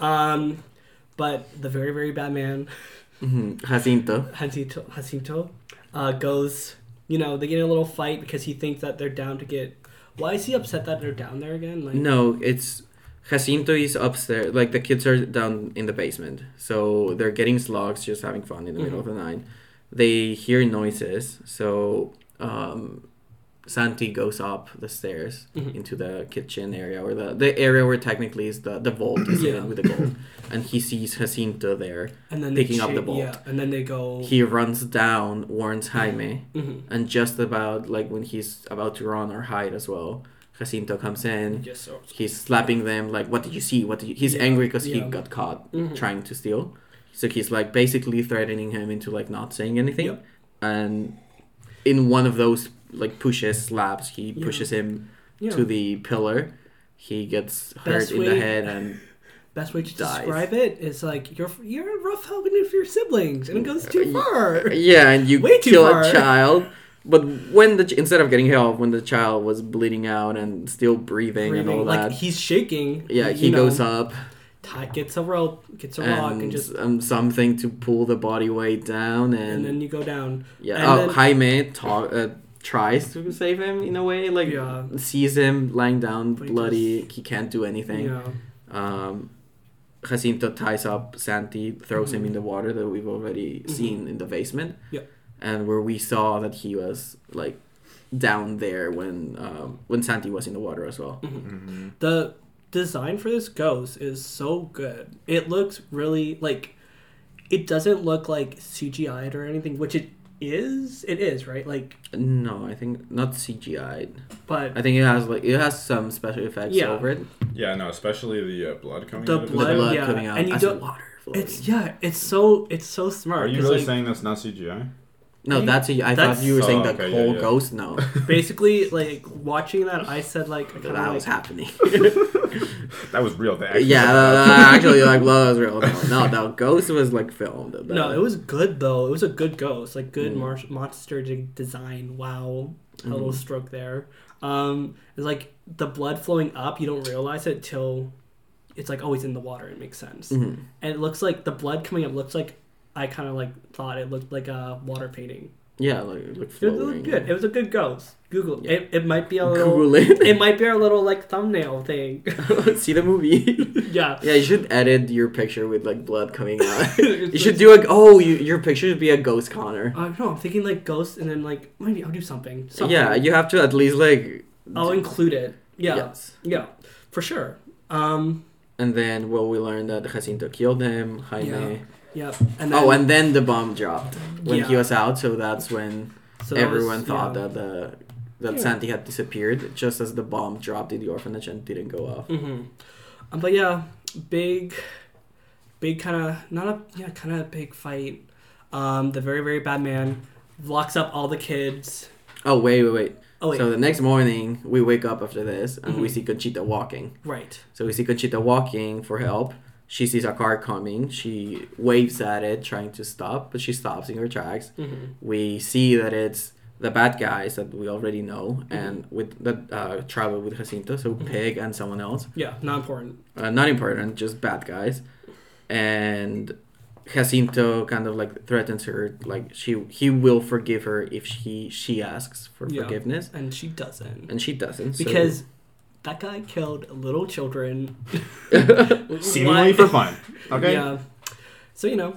Speaker 1: Um, but the very, very bad man
Speaker 2: Mhm. Jacinto.
Speaker 1: Jacinto, Jacinto uh, goes, you know, they get in a little fight because he thinks that they're down to get. Why is he upset that they're down there again? Like,
Speaker 2: No, it's Jacinto is upstairs. Like the kids are down in the basement, so they're getting slugs, just having fun in the middle of the
Speaker 1: Mm-hmm.
Speaker 2: night. They hear noises, so um, Santi goes up the stairs
Speaker 1: Mhm.
Speaker 2: into the kitchen area, or the, the area where technically is the the vault is
Speaker 1: Yeah.
Speaker 2: hidden with the gold, and he sees Jacinto there.
Speaker 1: and then
Speaker 2: picking
Speaker 1: they
Speaker 2: up the
Speaker 1: cha-
Speaker 2: ball.
Speaker 1: Yeah, and then they go.
Speaker 2: He runs down, warns Jaime.
Speaker 1: Mhm.
Speaker 2: and just about like when he's about to run or hide as well jacinto comes in
Speaker 1: Yes, so-
Speaker 2: he's slapping them like what did you see what did you... he's
Speaker 1: Yeah,
Speaker 2: angry because he
Speaker 1: yeah.
Speaker 2: got caught
Speaker 1: Mhm.
Speaker 2: trying to steal so he's like basically threatening him into like not saying anything
Speaker 1: Yep.
Speaker 2: and in one of those like pushes slaps he
Speaker 1: Yeah.
Speaker 2: pushes him
Speaker 1: yeah.
Speaker 2: to the pillar he gets hurt
Speaker 1: Best
Speaker 2: in the
Speaker 1: way-
Speaker 2: head and
Speaker 1: Best way to
Speaker 2: dies.
Speaker 1: describe it is like you're you're rough helping it for your siblings, and it goes too far.
Speaker 2: yeah and you
Speaker 1: Way too
Speaker 2: kill
Speaker 1: far.
Speaker 2: a child but when the ch- instead of getting help when the child was bleeding out and still breathing, and all
Speaker 1: Breathing,
Speaker 2: that
Speaker 1: like he's shaking.
Speaker 2: Yeah,
Speaker 1: you
Speaker 2: he
Speaker 1: know,
Speaker 2: goes up
Speaker 1: Ty gets a rope, gets a rock,
Speaker 2: and,
Speaker 1: and just
Speaker 2: um, something to pull the body weight down, and,
Speaker 1: and then you go down.
Speaker 2: yeah,
Speaker 1: and
Speaker 2: oh,
Speaker 1: then-
Speaker 2: Jaime talk, uh, tries to save him in a way, like
Speaker 1: Yeah.
Speaker 2: sees him lying down,
Speaker 1: But he
Speaker 2: bloody, he can't do anything.
Speaker 1: Yeah, Mm-hmm.
Speaker 2: Um, Jacinto ties up Santi, throws him in the water that we've already seen in the basement.
Speaker 1: Yep.
Speaker 2: and where we saw that he was like down there when um, when Santi was in the water as well.
Speaker 1: The design for this ghost is so good. It looks really like it doesn't look like CGI'd or anything, which it is. It is right, like
Speaker 2: No, I think not CGI'd.
Speaker 1: but
Speaker 2: I think it has like it has some special effects
Speaker 1: Yeah.
Speaker 2: over it.
Speaker 3: Yeah, no, especially the uh, blood coming.
Speaker 1: The
Speaker 3: out of
Speaker 2: the
Speaker 1: Blood,
Speaker 2: blood
Speaker 1: yeah.
Speaker 2: coming out
Speaker 1: And you
Speaker 2: as the
Speaker 1: don't-
Speaker 2: water. Flowing.
Speaker 1: it's yeah, it's so it's so smart.
Speaker 3: Are you
Speaker 1: 'cause,
Speaker 3: really
Speaker 1: like,
Speaker 3: saying that's not CGI?
Speaker 2: no, that's a, I
Speaker 1: That's-
Speaker 2: thought you were saying
Speaker 3: Oh,
Speaker 2: the
Speaker 3: okay, yeah,
Speaker 2: whole
Speaker 3: yeah.
Speaker 2: ghost. No,
Speaker 1: basically like watching that? I said like I
Speaker 2: that
Speaker 1: kind of
Speaker 2: was
Speaker 1: like,
Speaker 2: happening.
Speaker 3: That was real. They actually
Speaker 2: yeah,
Speaker 3: said
Speaker 2: no, no,
Speaker 3: that.
Speaker 2: no, actually, like blood was real. No, no, no, ghost was like filmed. but-
Speaker 1: no, it was good though. It was a good ghost, like good
Speaker 2: Mm.
Speaker 1: mar- monster de- design. Wow, a little
Speaker 3: Mm-hmm.
Speaker 1: stroke there. Um, it's like the blood flowing up. You don't realize it till it's like always in the water. It makes
Speaker 3: Mm-hmm.
Speaker 1: sense,
Speaker 2: Mhm.
Speaker 1: and it looks like the blood coming up looks like I kind of like thought it looked like a water painting.
Speaker 2: Yeah, like, it looked
Speaker 1: It
Speaker 2: flowing.
Speaker 1: looked good. It was a good ghost. Google it.
Speaker 2: Yeah.
Speaker 1: It, might be a little.
Speaker 2: Google it.
Speaker 1: It might be our little like thumbnail thing.
Speaker 2: See the movie.
Speaker 1: yeah.
Speaker 2: Yeah, you should edit your picture with like blood coming out. you
Speaker 1: It's
Speaker 2: should do a oh, you, your picture should be a ghost Connor.
Speaker 1: Uh, no, I'm thinking like ghosts, and then like maybe I'll do something. something.
Speaker 2: Yeah, you have to at least like.
Speaker 1: I'll include it. Yeah.
Speaker 2: Yes.
Speaker 1: Yeah, for sure. Um,
Speaker 2: And then well, we learned that Jacinto killed him, Jaime.
Speaker 1: yeah, and then,
Speaker 2: oh, and then the bomb dropped when he
Speaker 1: Yeah.
Speaker 2: was out. So that's when
Speaker 1: so that
Speaker 2: everyone
Speaker 1: was-
Speaker 2: thought
Speaker 1: yeah.
Speaker 2: that the that
Speaker 1: Yeah.
Speaker 2: Santi had disappeared, just as the bomb dropped in the orphanage and didn't go off.
Speaker 1: Mhm. Um, but yeah, big, big kind of not a yeah kind of big fight. Um, the very very bad man locks up all the kids.
Speaker 2: Oh wait, wait, wait.
Speaker 1: Oh wait,
Speaker 2: So the next morning we wake up after this and we
Speaker 1: Mhm.
Speaker 2: see Conchita walking.
Speaker 1: right.
Speaker 2: So we see Conchita walking for help. She sees a car coming. She waves at it, trying to stop, but she stops in her tracks.
Speaker 1: Mhm.
Speaker 2: We see that it's the bad guys that we already know,
Speaker 1: Mm-hmm.
Speaker 2: and with that uh, travel with Jacinto, so Pig and someone else.
Speaker 1: Yeah, not important.
Speaker 2: Uh, not important, just bad guys. And Jacinto kind of like threatens her, like she he will forgive her if she she asks for
Speaker 1: Yeah.
Speaker 2: forgiveness,
Speaker 1: And she doesn't
Speaker 2: and she doesn't so-
Speaker 1: because that guy killed little children.
Speaker 2: uh,
Speaker 3: Seemingly for fun. Okay.
Speaker 1: Yeah. So you know,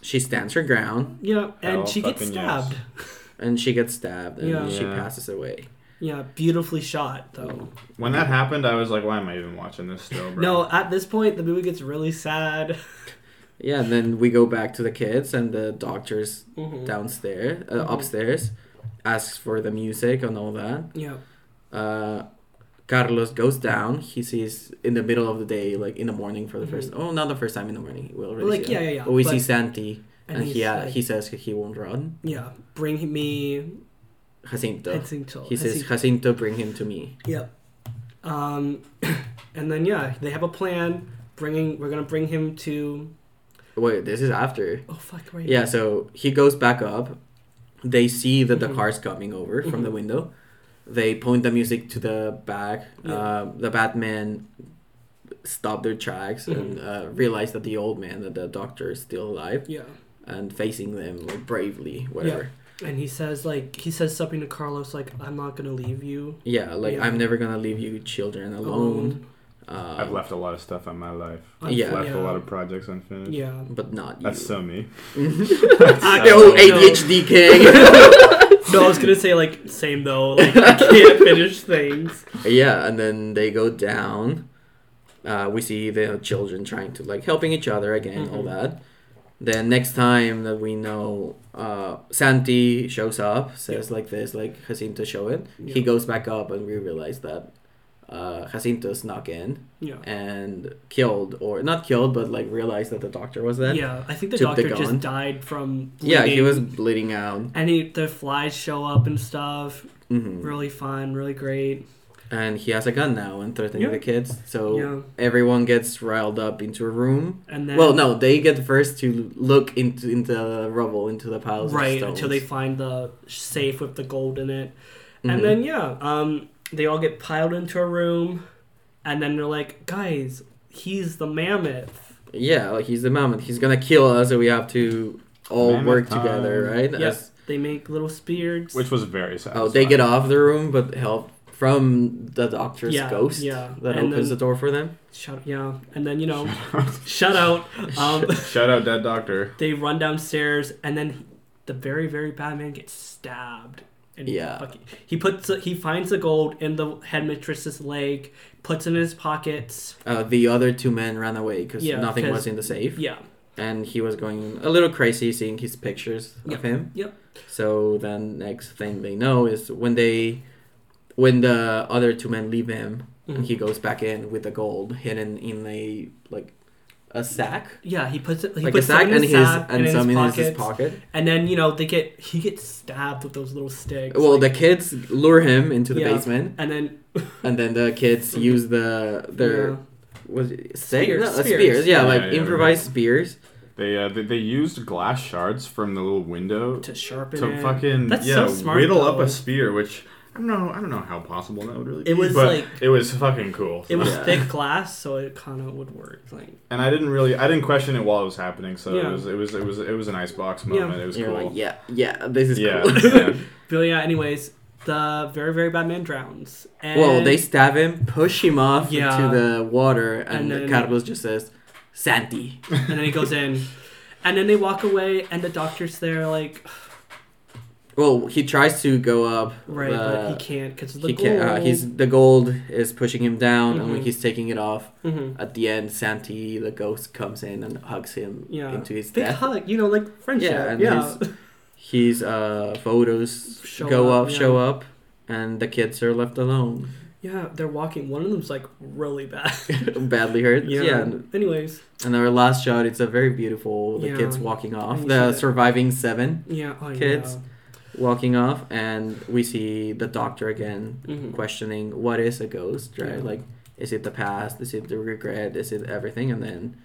Speaker 2: she stands her ground.
Speaker 1: you know, and
Speaker 3: Hell
Speaker 1: she gets
Speaker 3: fucking
Speaker 1: stabbed.
Speaker 3: yes.
Speaker 2: and she gets stabbed and
Speaker 1: Yeah.
Speaker 2: she
Speaker 3: Yeah.
Speaker 2: passes away.
Speaker 1: Yeah, beautifully shot though.
Speaker 3: When that happened, I was like, why am I even watching this
Speaker 2: Oh,
Speaker 3: still, bro?
Speaker 1: No, uh, at this point the movie gets really sad.
Speaker 2: Yeah, and then we go back to the kids and the doctors
Speaker 1: Mhm.
Speaker 2: downstairs, uh,
Speaker 1: Mhm.
Speaker 2: upstairs, asks for the music and all that.
Speaker 1: Yeah.
Speaker 2: Uh, Carlos goes down. He sees in the middle of the day, like in the morning for the first. Oh, not the first time in the morning. We already
Speaker 1: Mm-hmm. Like,
Speaker 2: see
Speaker 1: yeah,
Speaker 2: it.
Speaker 1: yeah, yeah,
Speaker 2: But we see
Speaker 1: but-
Speaker 2: Santi, and,
Speaker 1: he's
Speaker 2: he uh,
Speaker 1: like,
Speaker 2: he says he won't run.
Speaker 1: yeah, bring me
Speaker 2: Jacinto.
Speaker 1: Hensinkto.
Speaker 2: He says Jacinto, bring him to me.
Speaker 1: yep. Um, and then yeah, they have a plan. Bringing, we're gonna bring him to.
Speaker 2: Wait, this is after.
Speaker 1: Oh fuck! Right.
Speaker 2: Yeah, so he goes back up. They see that the
Speaker 1: Mhm.
Speaker 2: car's coming over from the
Speaker 1: Mhm.
Speaker 2: window. They point the music to the back.
Speaker 1: Yeah.
Speaker 2: Uh, the Batman stop their tracks
Speaker 1: Mm-hmm.
Speaker 2: and uh, realize that the old man, that the doctor, is still alive
Speaker 1: Yeah.
Speaker 2: and facing them like, bravely, whatever.
Speaker 1: And he says like he says something to Carlos like I'm not gonna leave you
Speaker 2: Yeah, like
Speaker 1: Yeah.
Speaker 2: I'm never gonna leave you children alone.
Speaker 1: alone.
Speaker 2: Uh,
Speaker 3: I've left a lot of stuff on my life.
Speaker 1: I've
Speaker 2: Yeah.
Speaker 3: Left
Speaker 1: yeah.
Speaker 3: a lot of projects unfinished.
Speaker 1: Yeah.
Speaker 2: but not
Speaker 3: That's
Speaker 2: you.
Speaker 3: so me.
Speaker 1: I-
Speaker 2: Yo,
Speaker 1: no.
Speaker 2: ADHD king.
Speaker 1: No, I was gonna say like same though. Like I can't finish things.
Speaker 2: yeah, and then they go down. Uh, we see the children trying to like helping each other again,
Speaker 1: Mhm.
Speaker 2: all that. Then next time that we know, uh, Santi shows up, says like this, like Jacinto show it. He
Speaker 1: Yeah.
Speaker 2: goes back up, and we realize that uh, Jacinto snuck in
Speaker 1: Yeah.
Speaker 2: and killed, or not killed, but like realized that the doctor was there.
Speaker 1: Yeah, I think the
Speaker 2: took the
Speaker 1: doctor
Speaker 2: gun.
Speaker 1: just died from.
Speaker 2: Yeah, he
Speaker 1: bleeding.
Speaker 2: was bleeding out,
Speaker 1: And he, the flies show up and stuff.
Speaker 2: hmm
Speaker 1: Really fun, really great.
Speaker 2: and he has a gun now and threatening
Speaker 1: Yeah.
Speaker 2: the kids. So
Speaker 1: Yeah.
Speaker 2: everyone gets riled up into a room.
Speaker 1: And then
Speaker 2: Well, no, they get first to look into into the rubble, into the piles
Speaker 1: right
Speaker 2: of stones.
Speaker 1: until they find the safe with the gold in it,
Speaker 2: Mhm.
Speaker 1: and then yeah, um, they all get piled into a room, and then they're like, guys, he's the mammoth.
Speaker 2: yeah, like he's the mammoth. He's gonna kill us, so we have to all
Speaker 3: Mammoth
Speaker 2: work
Speaker 3: time.
Speaker 2: together, right?
Speaker 1: Yes, they make little spears.
Speaker 3: Which was very sad.
Speaker 2: As- oh, they get off the room, but help from the doctor's
Speaker 1: Yeah,
Speaker 2: ghost
Speaker 1: yeah,
Speaker 2: that
Speaker 1: and
Speaker 2: opens
Speaker 1: then-
Speaker 2: the door for them.
Speaker 1: Shut, yeah, and then you know, shout out. Um,
Speaker 3: Shout out Dead Doctor.
Speaker 1: they run downstairs, and then the very very bad man gets stabbed. And
Speaker 2: Yeah.
Speaker 1: fucking- he puts he finds the gold in the headmistress's leg, puts it in his pockets.
Speaker 2: Uh, the other two men ran away because
Speaker 1: Yeah,
Speaker 2: nothing
Speaker 1: 'cause-
Speaker 2: was in the safe,
Speaker 1: Yeah.
Speaker 2: and he was going a little crazy seeing his pictures
Speaker 1: Yep.
Speaker 2: of him.
Speaker 1: Yep.
Speaker 2: So then next thing they know is when they, when the other two men leave him, and
Speaker 1: Mm-hmm.
Speaker 2: he goes back in with the gold hidden in a like a sack,
Speaker 1: Yeah, he puts it. He
Speaker 2: like a
Speaker 1: puts
Speaker 2: sack,
Speaker 1: some in
Speaker 2: and
Speaker 1: his
Speaker 2: his
Speaker 1: sack and,
Speaker 2: and some
Speaker 1: in
Speaker 2: in
Speaker 1: his
Speaker 2: his
Speaker 1: pocket.
Speaker 2: pocket.
Speaker 1: And then you know they get he gets stabbed with those little sticks.
Speaker 2: Well, the kids lure him into the
Speaker 1: Yeah.
Speaker 2: basement,
Speaker 1: and then
Speaker 2: and then the kids use the their
Speaker 1: Yeah.
Speaker 2: was it stick?
Speaker 1: Spears,
Speaker 2: No, uh,
Speaker 1: spears.
Speaker 2: spears. Yeah,
Speaker 3: Yeah,
Speaker 2: like
Speaker 3: yeah,
Speaker 2: improvised spears.
Speaker 3: They, uh, they they used glass shards from the little window
Speaker 1: to
Speaker 3: to,
Speaker 1: sharpen it.
Speaker 3: fucking
Speaker 1: That's
Speaker 3: yeah
Speaker 1: so smart,
Speaker 3: whittle up
Speaker 1: though.
Speaker 3: a spear, which I don't know I don't know how possible that would really.
Speaker 1: It
Speaker 3: be,
Speaker 1: was,
Speaker 3: but
Speaker 1: like-
Speaker 3: it was fucking cool.
Speaker 1: It was
Speaker 2: Yeah.
Speaker 1: thick glass, so it kind of would work. Like
Speaker 3: and I didn't really I didn't question it while it was happening, so
Speaker 1: Yeah.
Speaker 3: it was it was it was it was an icebox
Speaker 1: Yeah.
Speaker 3: moment. It was
Speaker 2: You're
Speaker 3: cool.
Speaker 2: like, yeah, yeah, this is
Speaker 3: yeah,
Speaker 2: cool.
Speaker 3: yeah.
Speaker 1: But yeah, anyways, the very, very bad man drowns. And
Speaker 2: well, they stab him, push him off
Speaker 1: Yeah.
Speaker 2: into the water,
Speaker 1: And
Speaker 2: and,
Speaker 1: then-
Speaker 2: Carlos just says, "Santi."
Speaker 1: and then he goes in, and then they walk away, and the doctor's there, like
Speaker 2: Well, he tries to go up.
Speaker 1: right,
Speaker 2: uh,
Speaker 1: but he can't because the
Speaker 2: he can't. Uh,
Speaker 1: gold.
Speaker 2: he's the gold is pushing him down, and when
Speaker 1: Mhm.
Speaker 2: he's taking it off,
Speaker 1: Mhm.
Speaker 2: at the end, Santi, the ghost, comes in and hugs him
Speaker 1: Yeah.
Speaker 2: into his
Speaker 1: They
Speaker 2: death.
Speaker 1: hug, you know, like friendship.
Speaker 2: Yeah,
Speaker 1: Yeah,
Speaker 2: and his uh, photos
Speaker 1: Show
Speaker 2: go
Speaker 1: up,
Speaker 2: up,
Speaker 1: yeah.
Speaker 2: show up, and the kids are left alone,
Speaker 1: yeah. They're walking. One of them's like really bad.
Speaker 2: badly hurt. Yeah. and-
Speaker 1: Anyways,
Speaker 2: And our last shot, it's a very beautiful. The
Speaker 1: Yeah.
Speaker 2: kids walking off.
Speaker 1: you
Speaker 2: The
Speaker 1: see it.
Speaker 2: surviving seven
Speaker 1: yeah. Oh,
Speaker 2: Kids.
Speaker 1: Yeah.
Speaker 2: walking off, and we see the doctor again
Speaker 1: Mhm.
Speaker 2: questioning what is a ghost, right?
Speaker 1: Yeah.
Speaker 2: Like, is it the past? Is it the regret? Is it everything? And then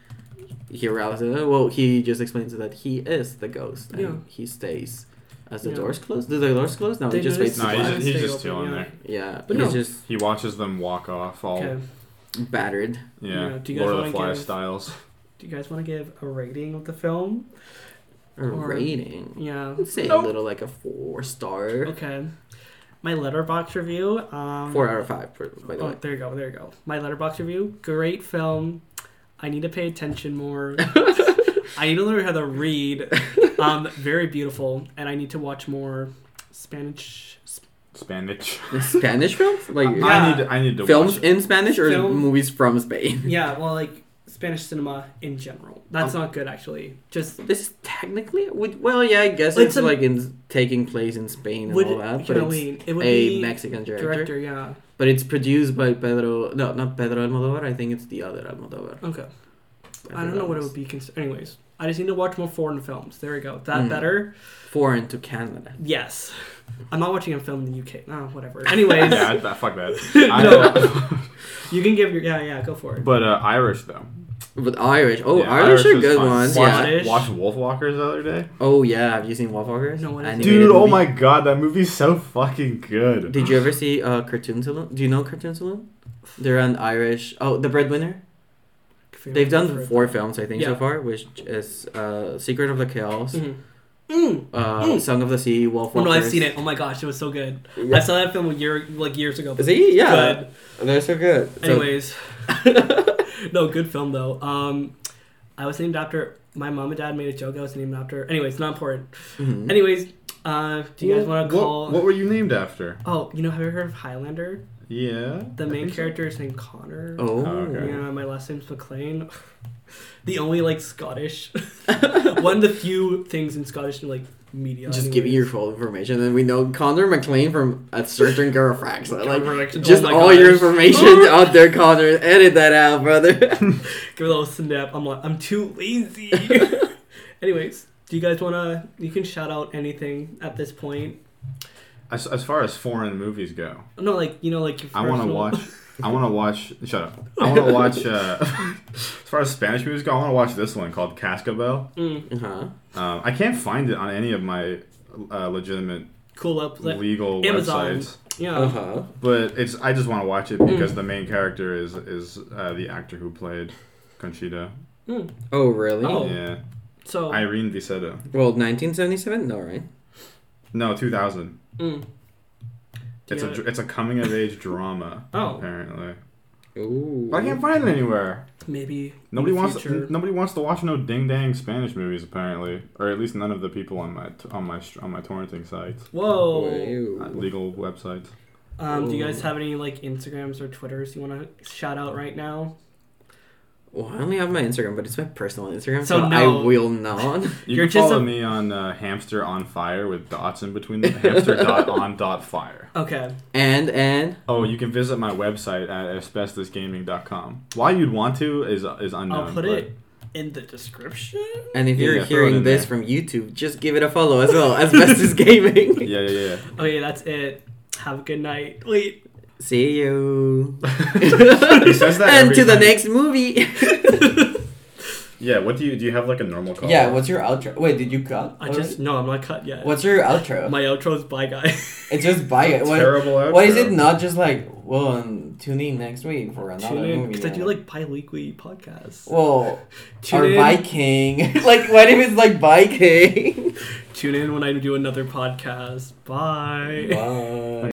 Speaker 2: he realizes. Oh, well, he just explains that he is the ghost, and
Speaker 1: Yeah.
Speaker 2: he stays. As the
Speaker 1: Yeah.
Speaker 2: doors close, do the doors close? No,
Speaker 1: They
Speaker 2: he just
Speaker 1: notice
Speaker 2: waits.
Speaker 3: No,
Speaker 1: the
Speaker 2: to
Speaker 3: he's
Speaker 1: blinds
Speaker 2: fly.
Speaker 3: just- he's
Speaker 1: stay
Speaker 3: just chilling there.
Speaker 2: Yeah,
Speaker 1: But
Speaker 2: but he's
Speaker 1: no.
Speaker 2: just
Speaker 3: He watches them walk off all
Speaker 1: Okay.
Speaker 2: battered.
Speaker 3: yeah,
Speaker 1: Yeah, do you guys
Speaker 3: Lord of
Speaker 1: wanna
Speaker 3: the Flies
Speaker 1: give-
Speaker 3: styles.
Speaker 1: Do you guys want to give a rating of the film?
Speaker 2: Or
Speaker 1: Or-
Speaker 2: rating.
Speaker 1: Yeah.
Speaker 2: I'd say
Speaker 3: Nope.
Speaker 2: a little like a four star.
Speaker 1: Okay. My letterbox review. Um,
Speaker 2: Four out of five, for- by the
Speaker 1: Oh,
Speaker 2: way.
Speaker 1: there you go, there you go. My letterbox review. Great film. I need to pay attention more. I need to learn how to read. Um, very beautiful, and I need to watch more Spanish sp-
Speaker 3: Spanish.
Speaker 2: Spanish films? Like
Speaker 1: Yeah.
Speaker 3: I need to, I need to
Speaker 2: films
Speaker 3: watch it.
Speaker 2: in Spanish or
Speaker 1: Film-
Speaker 2: movies from Spain?
Speaker 1: Yeah, well, like Spanish cinema in general.
Speaker 2: Oh.
Speaker 1: That's not good, actually. Just
Speaker 2: This is technically would well yeah I guess
Speaker 1: It's
Speaker 2: it's,
Speaker 1: a-
Speaker 2: like in taking place in Spain and
Speaker 1: would
Speaker 2: all that,
Speaker 1: you
Speaker 2: but
Speaker 1: know,
Speaker 2: it's
Speaker 1: Wayne, it would
Speaker 2: a
Speaker 1: be
Speaker 2: Mexican director.
Speaker 1: director. Yeah.
Speaker 2: But it's produced by Pedro no not Pedro Almodovar, I think it's the other Almodovar.
Speaker 1: Okay. I don't know what it would be. Cons- anyways, I just need to watch more foreign films. There we go. That
Speaker 2: Mm.
Speaker 1: better.
Speaker 2: Foreign to Canada.
Speaker 1: Yes. I'm not watching a film in the UK. Oh, whatever. Anyways.
Speaker 3: Yeah, I, th- fuck that.
Speaker 1: No.
Speaker 3: I,
Speaker 1: You can give your yeah yeah go for it.
Speaker 3: but uh, Irish though.
Speaker 2: But Irish. Oh
Speaker 3: Yeah,
Speaker 2: Irish, are
Speaker 3: was
Speaker 2: good
Speaker 3: fun.
Speaker 2: ones,
Speaker 3: Watched,
Speaker 2: yeah.
Speaker 1: Scottish.
Speaker 3: watched Wolf Walkers the other day.
Speaker 2: Oh yeah, have you seen Wolfwalkers?
Speaker 1: No, what is it?
Speaker 2: Animated
Speaker 3: Dude, oh
Speaker 2: movie.
Speaker 3: my god, that movie's so fucking good.
Speaker 2: Did you ever see uh, Cartoon Saloon? Do you know Cartoon Saloon? They're an Irish. Oh, The Breadwinner. They've done four films, I think, so
Speaker 1: Yeah.
Speaker 2: far, which is uh, Secret of the Chaos,
Speaker 1: Mm. Mm.
Speaker 2: uh,
Speaker 1: Mm.
Speaker 2: Song of the Sea, Wolf.
Speaker 1: Oh no, I've
Speaker 2: Walkers.
Speaker 1: seen it. Oh my gosh, it was so good. I
Speaker 2: Yeah.
Speaker 1: saw that film a year like years ago. but
Speaker 2: See, yeah,
Speaker 1: Good.
Speaker 2: they're so good. So-
Speaker 1: Anyways, no good film though. Um, I was named after my mom and dad made a joke. I was named after. Anyways, not important.
Speaker 2: Mhm.
Speaker 1: Anyways, uh, do you guys
Speaker 3: Well,
Speaker 1: want to call?
Speaker 3: What, what were you named after?
Speaker 1: Oh, you know, have you heard of Highlander?
Speaker 3: Yeah.
Speaker 1: The
Speaker 3: I
Speaker 1: main
Speaker 3: think so.
Speaker 1: character is named Connor.
Speaker 2: Oh,
Speaker 3: Oh, okay.
Speaker 1: Yeah, my last name's McLean. The only like Scottish, one of the few things in Scottish like media.
Speaker 2: just giving
Speaker 1: anyways.
Speaker 2: your full information, and we know Connor McLean from a certain girl Fraxa. Like,
Speaker 1: Correct.
Speaker 2: just
Speaker 1: Oh my
Speaker 2: all your
Speaker 1: gosh.
Speaker 2: information out there, Connor. Edit that out, brother.
Speaker 1: Give it a little snap. I'm like, I'm too lazy. Anyways, do you guys wanna? You can shout out anything at this point.
Speaker 3: As, as far as foreign movies go,
Speaker 1: No, like you know, like your
Speaker 3: I want to
Speaker 1: personal-
Speaker 3: watch. I want to watch. Shut up. I want to watch. Uh, as far as Spanish movies go, I want to watch this one called Cascabel.
Speaker 1: Mm,
Speaker 2: uh-huh.
Speaker 3: Um, I can't find it on any of my uh, legitimate
Speaker 1: cool up. Like,
Speaker 3: legal
Speaker 1: Amazon. Mm.
Speaker 3: websites,
Speaker 1: yeah.
Speaker 2: Uh huh.
Speaker 3: but it's. I just want to watch it because the main character is is uh, the actor who played Conchita.
Speaker 1: Mm.
Speaker 2: Oh really?
Speaker 1: Oh.
Speaker 3: Yeah,
Speaker 1: So
Speaker 3: Irene Vicedo.
Speaker 2: Well, 1977? No, right?
Speaker 3: No, two thousand.
Speaker 1: mm.
Speaker 3: It's a
Speaker 1: Yeah.
Speaker 3: dr- it's a coming of age drama
Speaker 1: oh
Speaker 3: apparently.
Speaker 2: Ooh.
Speaker 3: But I can't find it anywhere.
Speaker 1: maybe in
Speaker 3: Nobody
Speaker 1: the
Speaker 3: wants
Speaker 1: future.
Speaker 3: n- nobody wants to watch no ding dang Spanish movies apparently, or at least none of the people on my t- on my str- on my torrenting sites,
Speaker 1: Oh. Whoa.
Speaker 2: Ew.
Speaker 3: uh, legal websites.
Speaker 1: Um, do you guys have any like Instagrams or Twitters you want to shout out right now?
Speaker 2: Well, I only have my Instagram, but it's my personal Instagram,
Speaker 1: So
Speaker 2: so,
Speaker 1: no.
Speaker 2: I will not.
Speaker 3: You
Speaker 1: You're
Speaker 3: can
Speaker 1: just
Speaker 3: follow
Speaker 1: a-
Speaker 3: me on uh, hamster on fire with dots in between them. hamster dot on dot fire.
Speaker 1: Okay.
Speaker 2: and and
Speaker 3: Oh, you can visit my website at asbestosgaming.com. Why you'd want to is uh, is unknown.
Speaker 1: I'll put
Speaker 3: but-
Speaker 1: it in the description.
Speaker 2: and if
Speaker 3: Yeah,
Speaker 2: you're
Speaker 3: yeah, throw it in
Speaker 2: hearing this
Speaker 3: there.
Speaker 2: from YouTube, just give it a follow as well. Asbestos Gaming.
Speaker 3: Yeah, yeah, yeah.
Speaker 1: Okay, Oh, that's it. Have a good night. Wait.
Speaker 2: See you.
Speaker 3: He says that
Speaker 2: and
Speaker 3: every
Speaker 2: to the
Speaker 3: time.
Speaker 2: next movie.
Speaker 3: Yeah, what do you do? You have like a normal call?
Speaker 2: yeah, what's your outro? Wait, did you cut?
Speaker 1: I just no, I'm not cut yet.
Speaker 2: What's your outro?
Speaker 1: My outro's bye guys.
Speaker 2: it's just buy it. What,
Speaker 3: terrible outro.
Speaker 2: Why is it not just like, well, um, tune in next week for another
Speaker 1: Tune in
Speaker 2: movie?
Speaker 1: because I do like bi-weekly podcasts.
Speaker 2: Well,
Speaker 1: Tune
Speaker 2: or
Speaker 1: in.
Speaker 2: biking. like, what if it's like biking?
Speaker 1: Tune in when I do another podcast. Bye.
Speaker 2: Bye.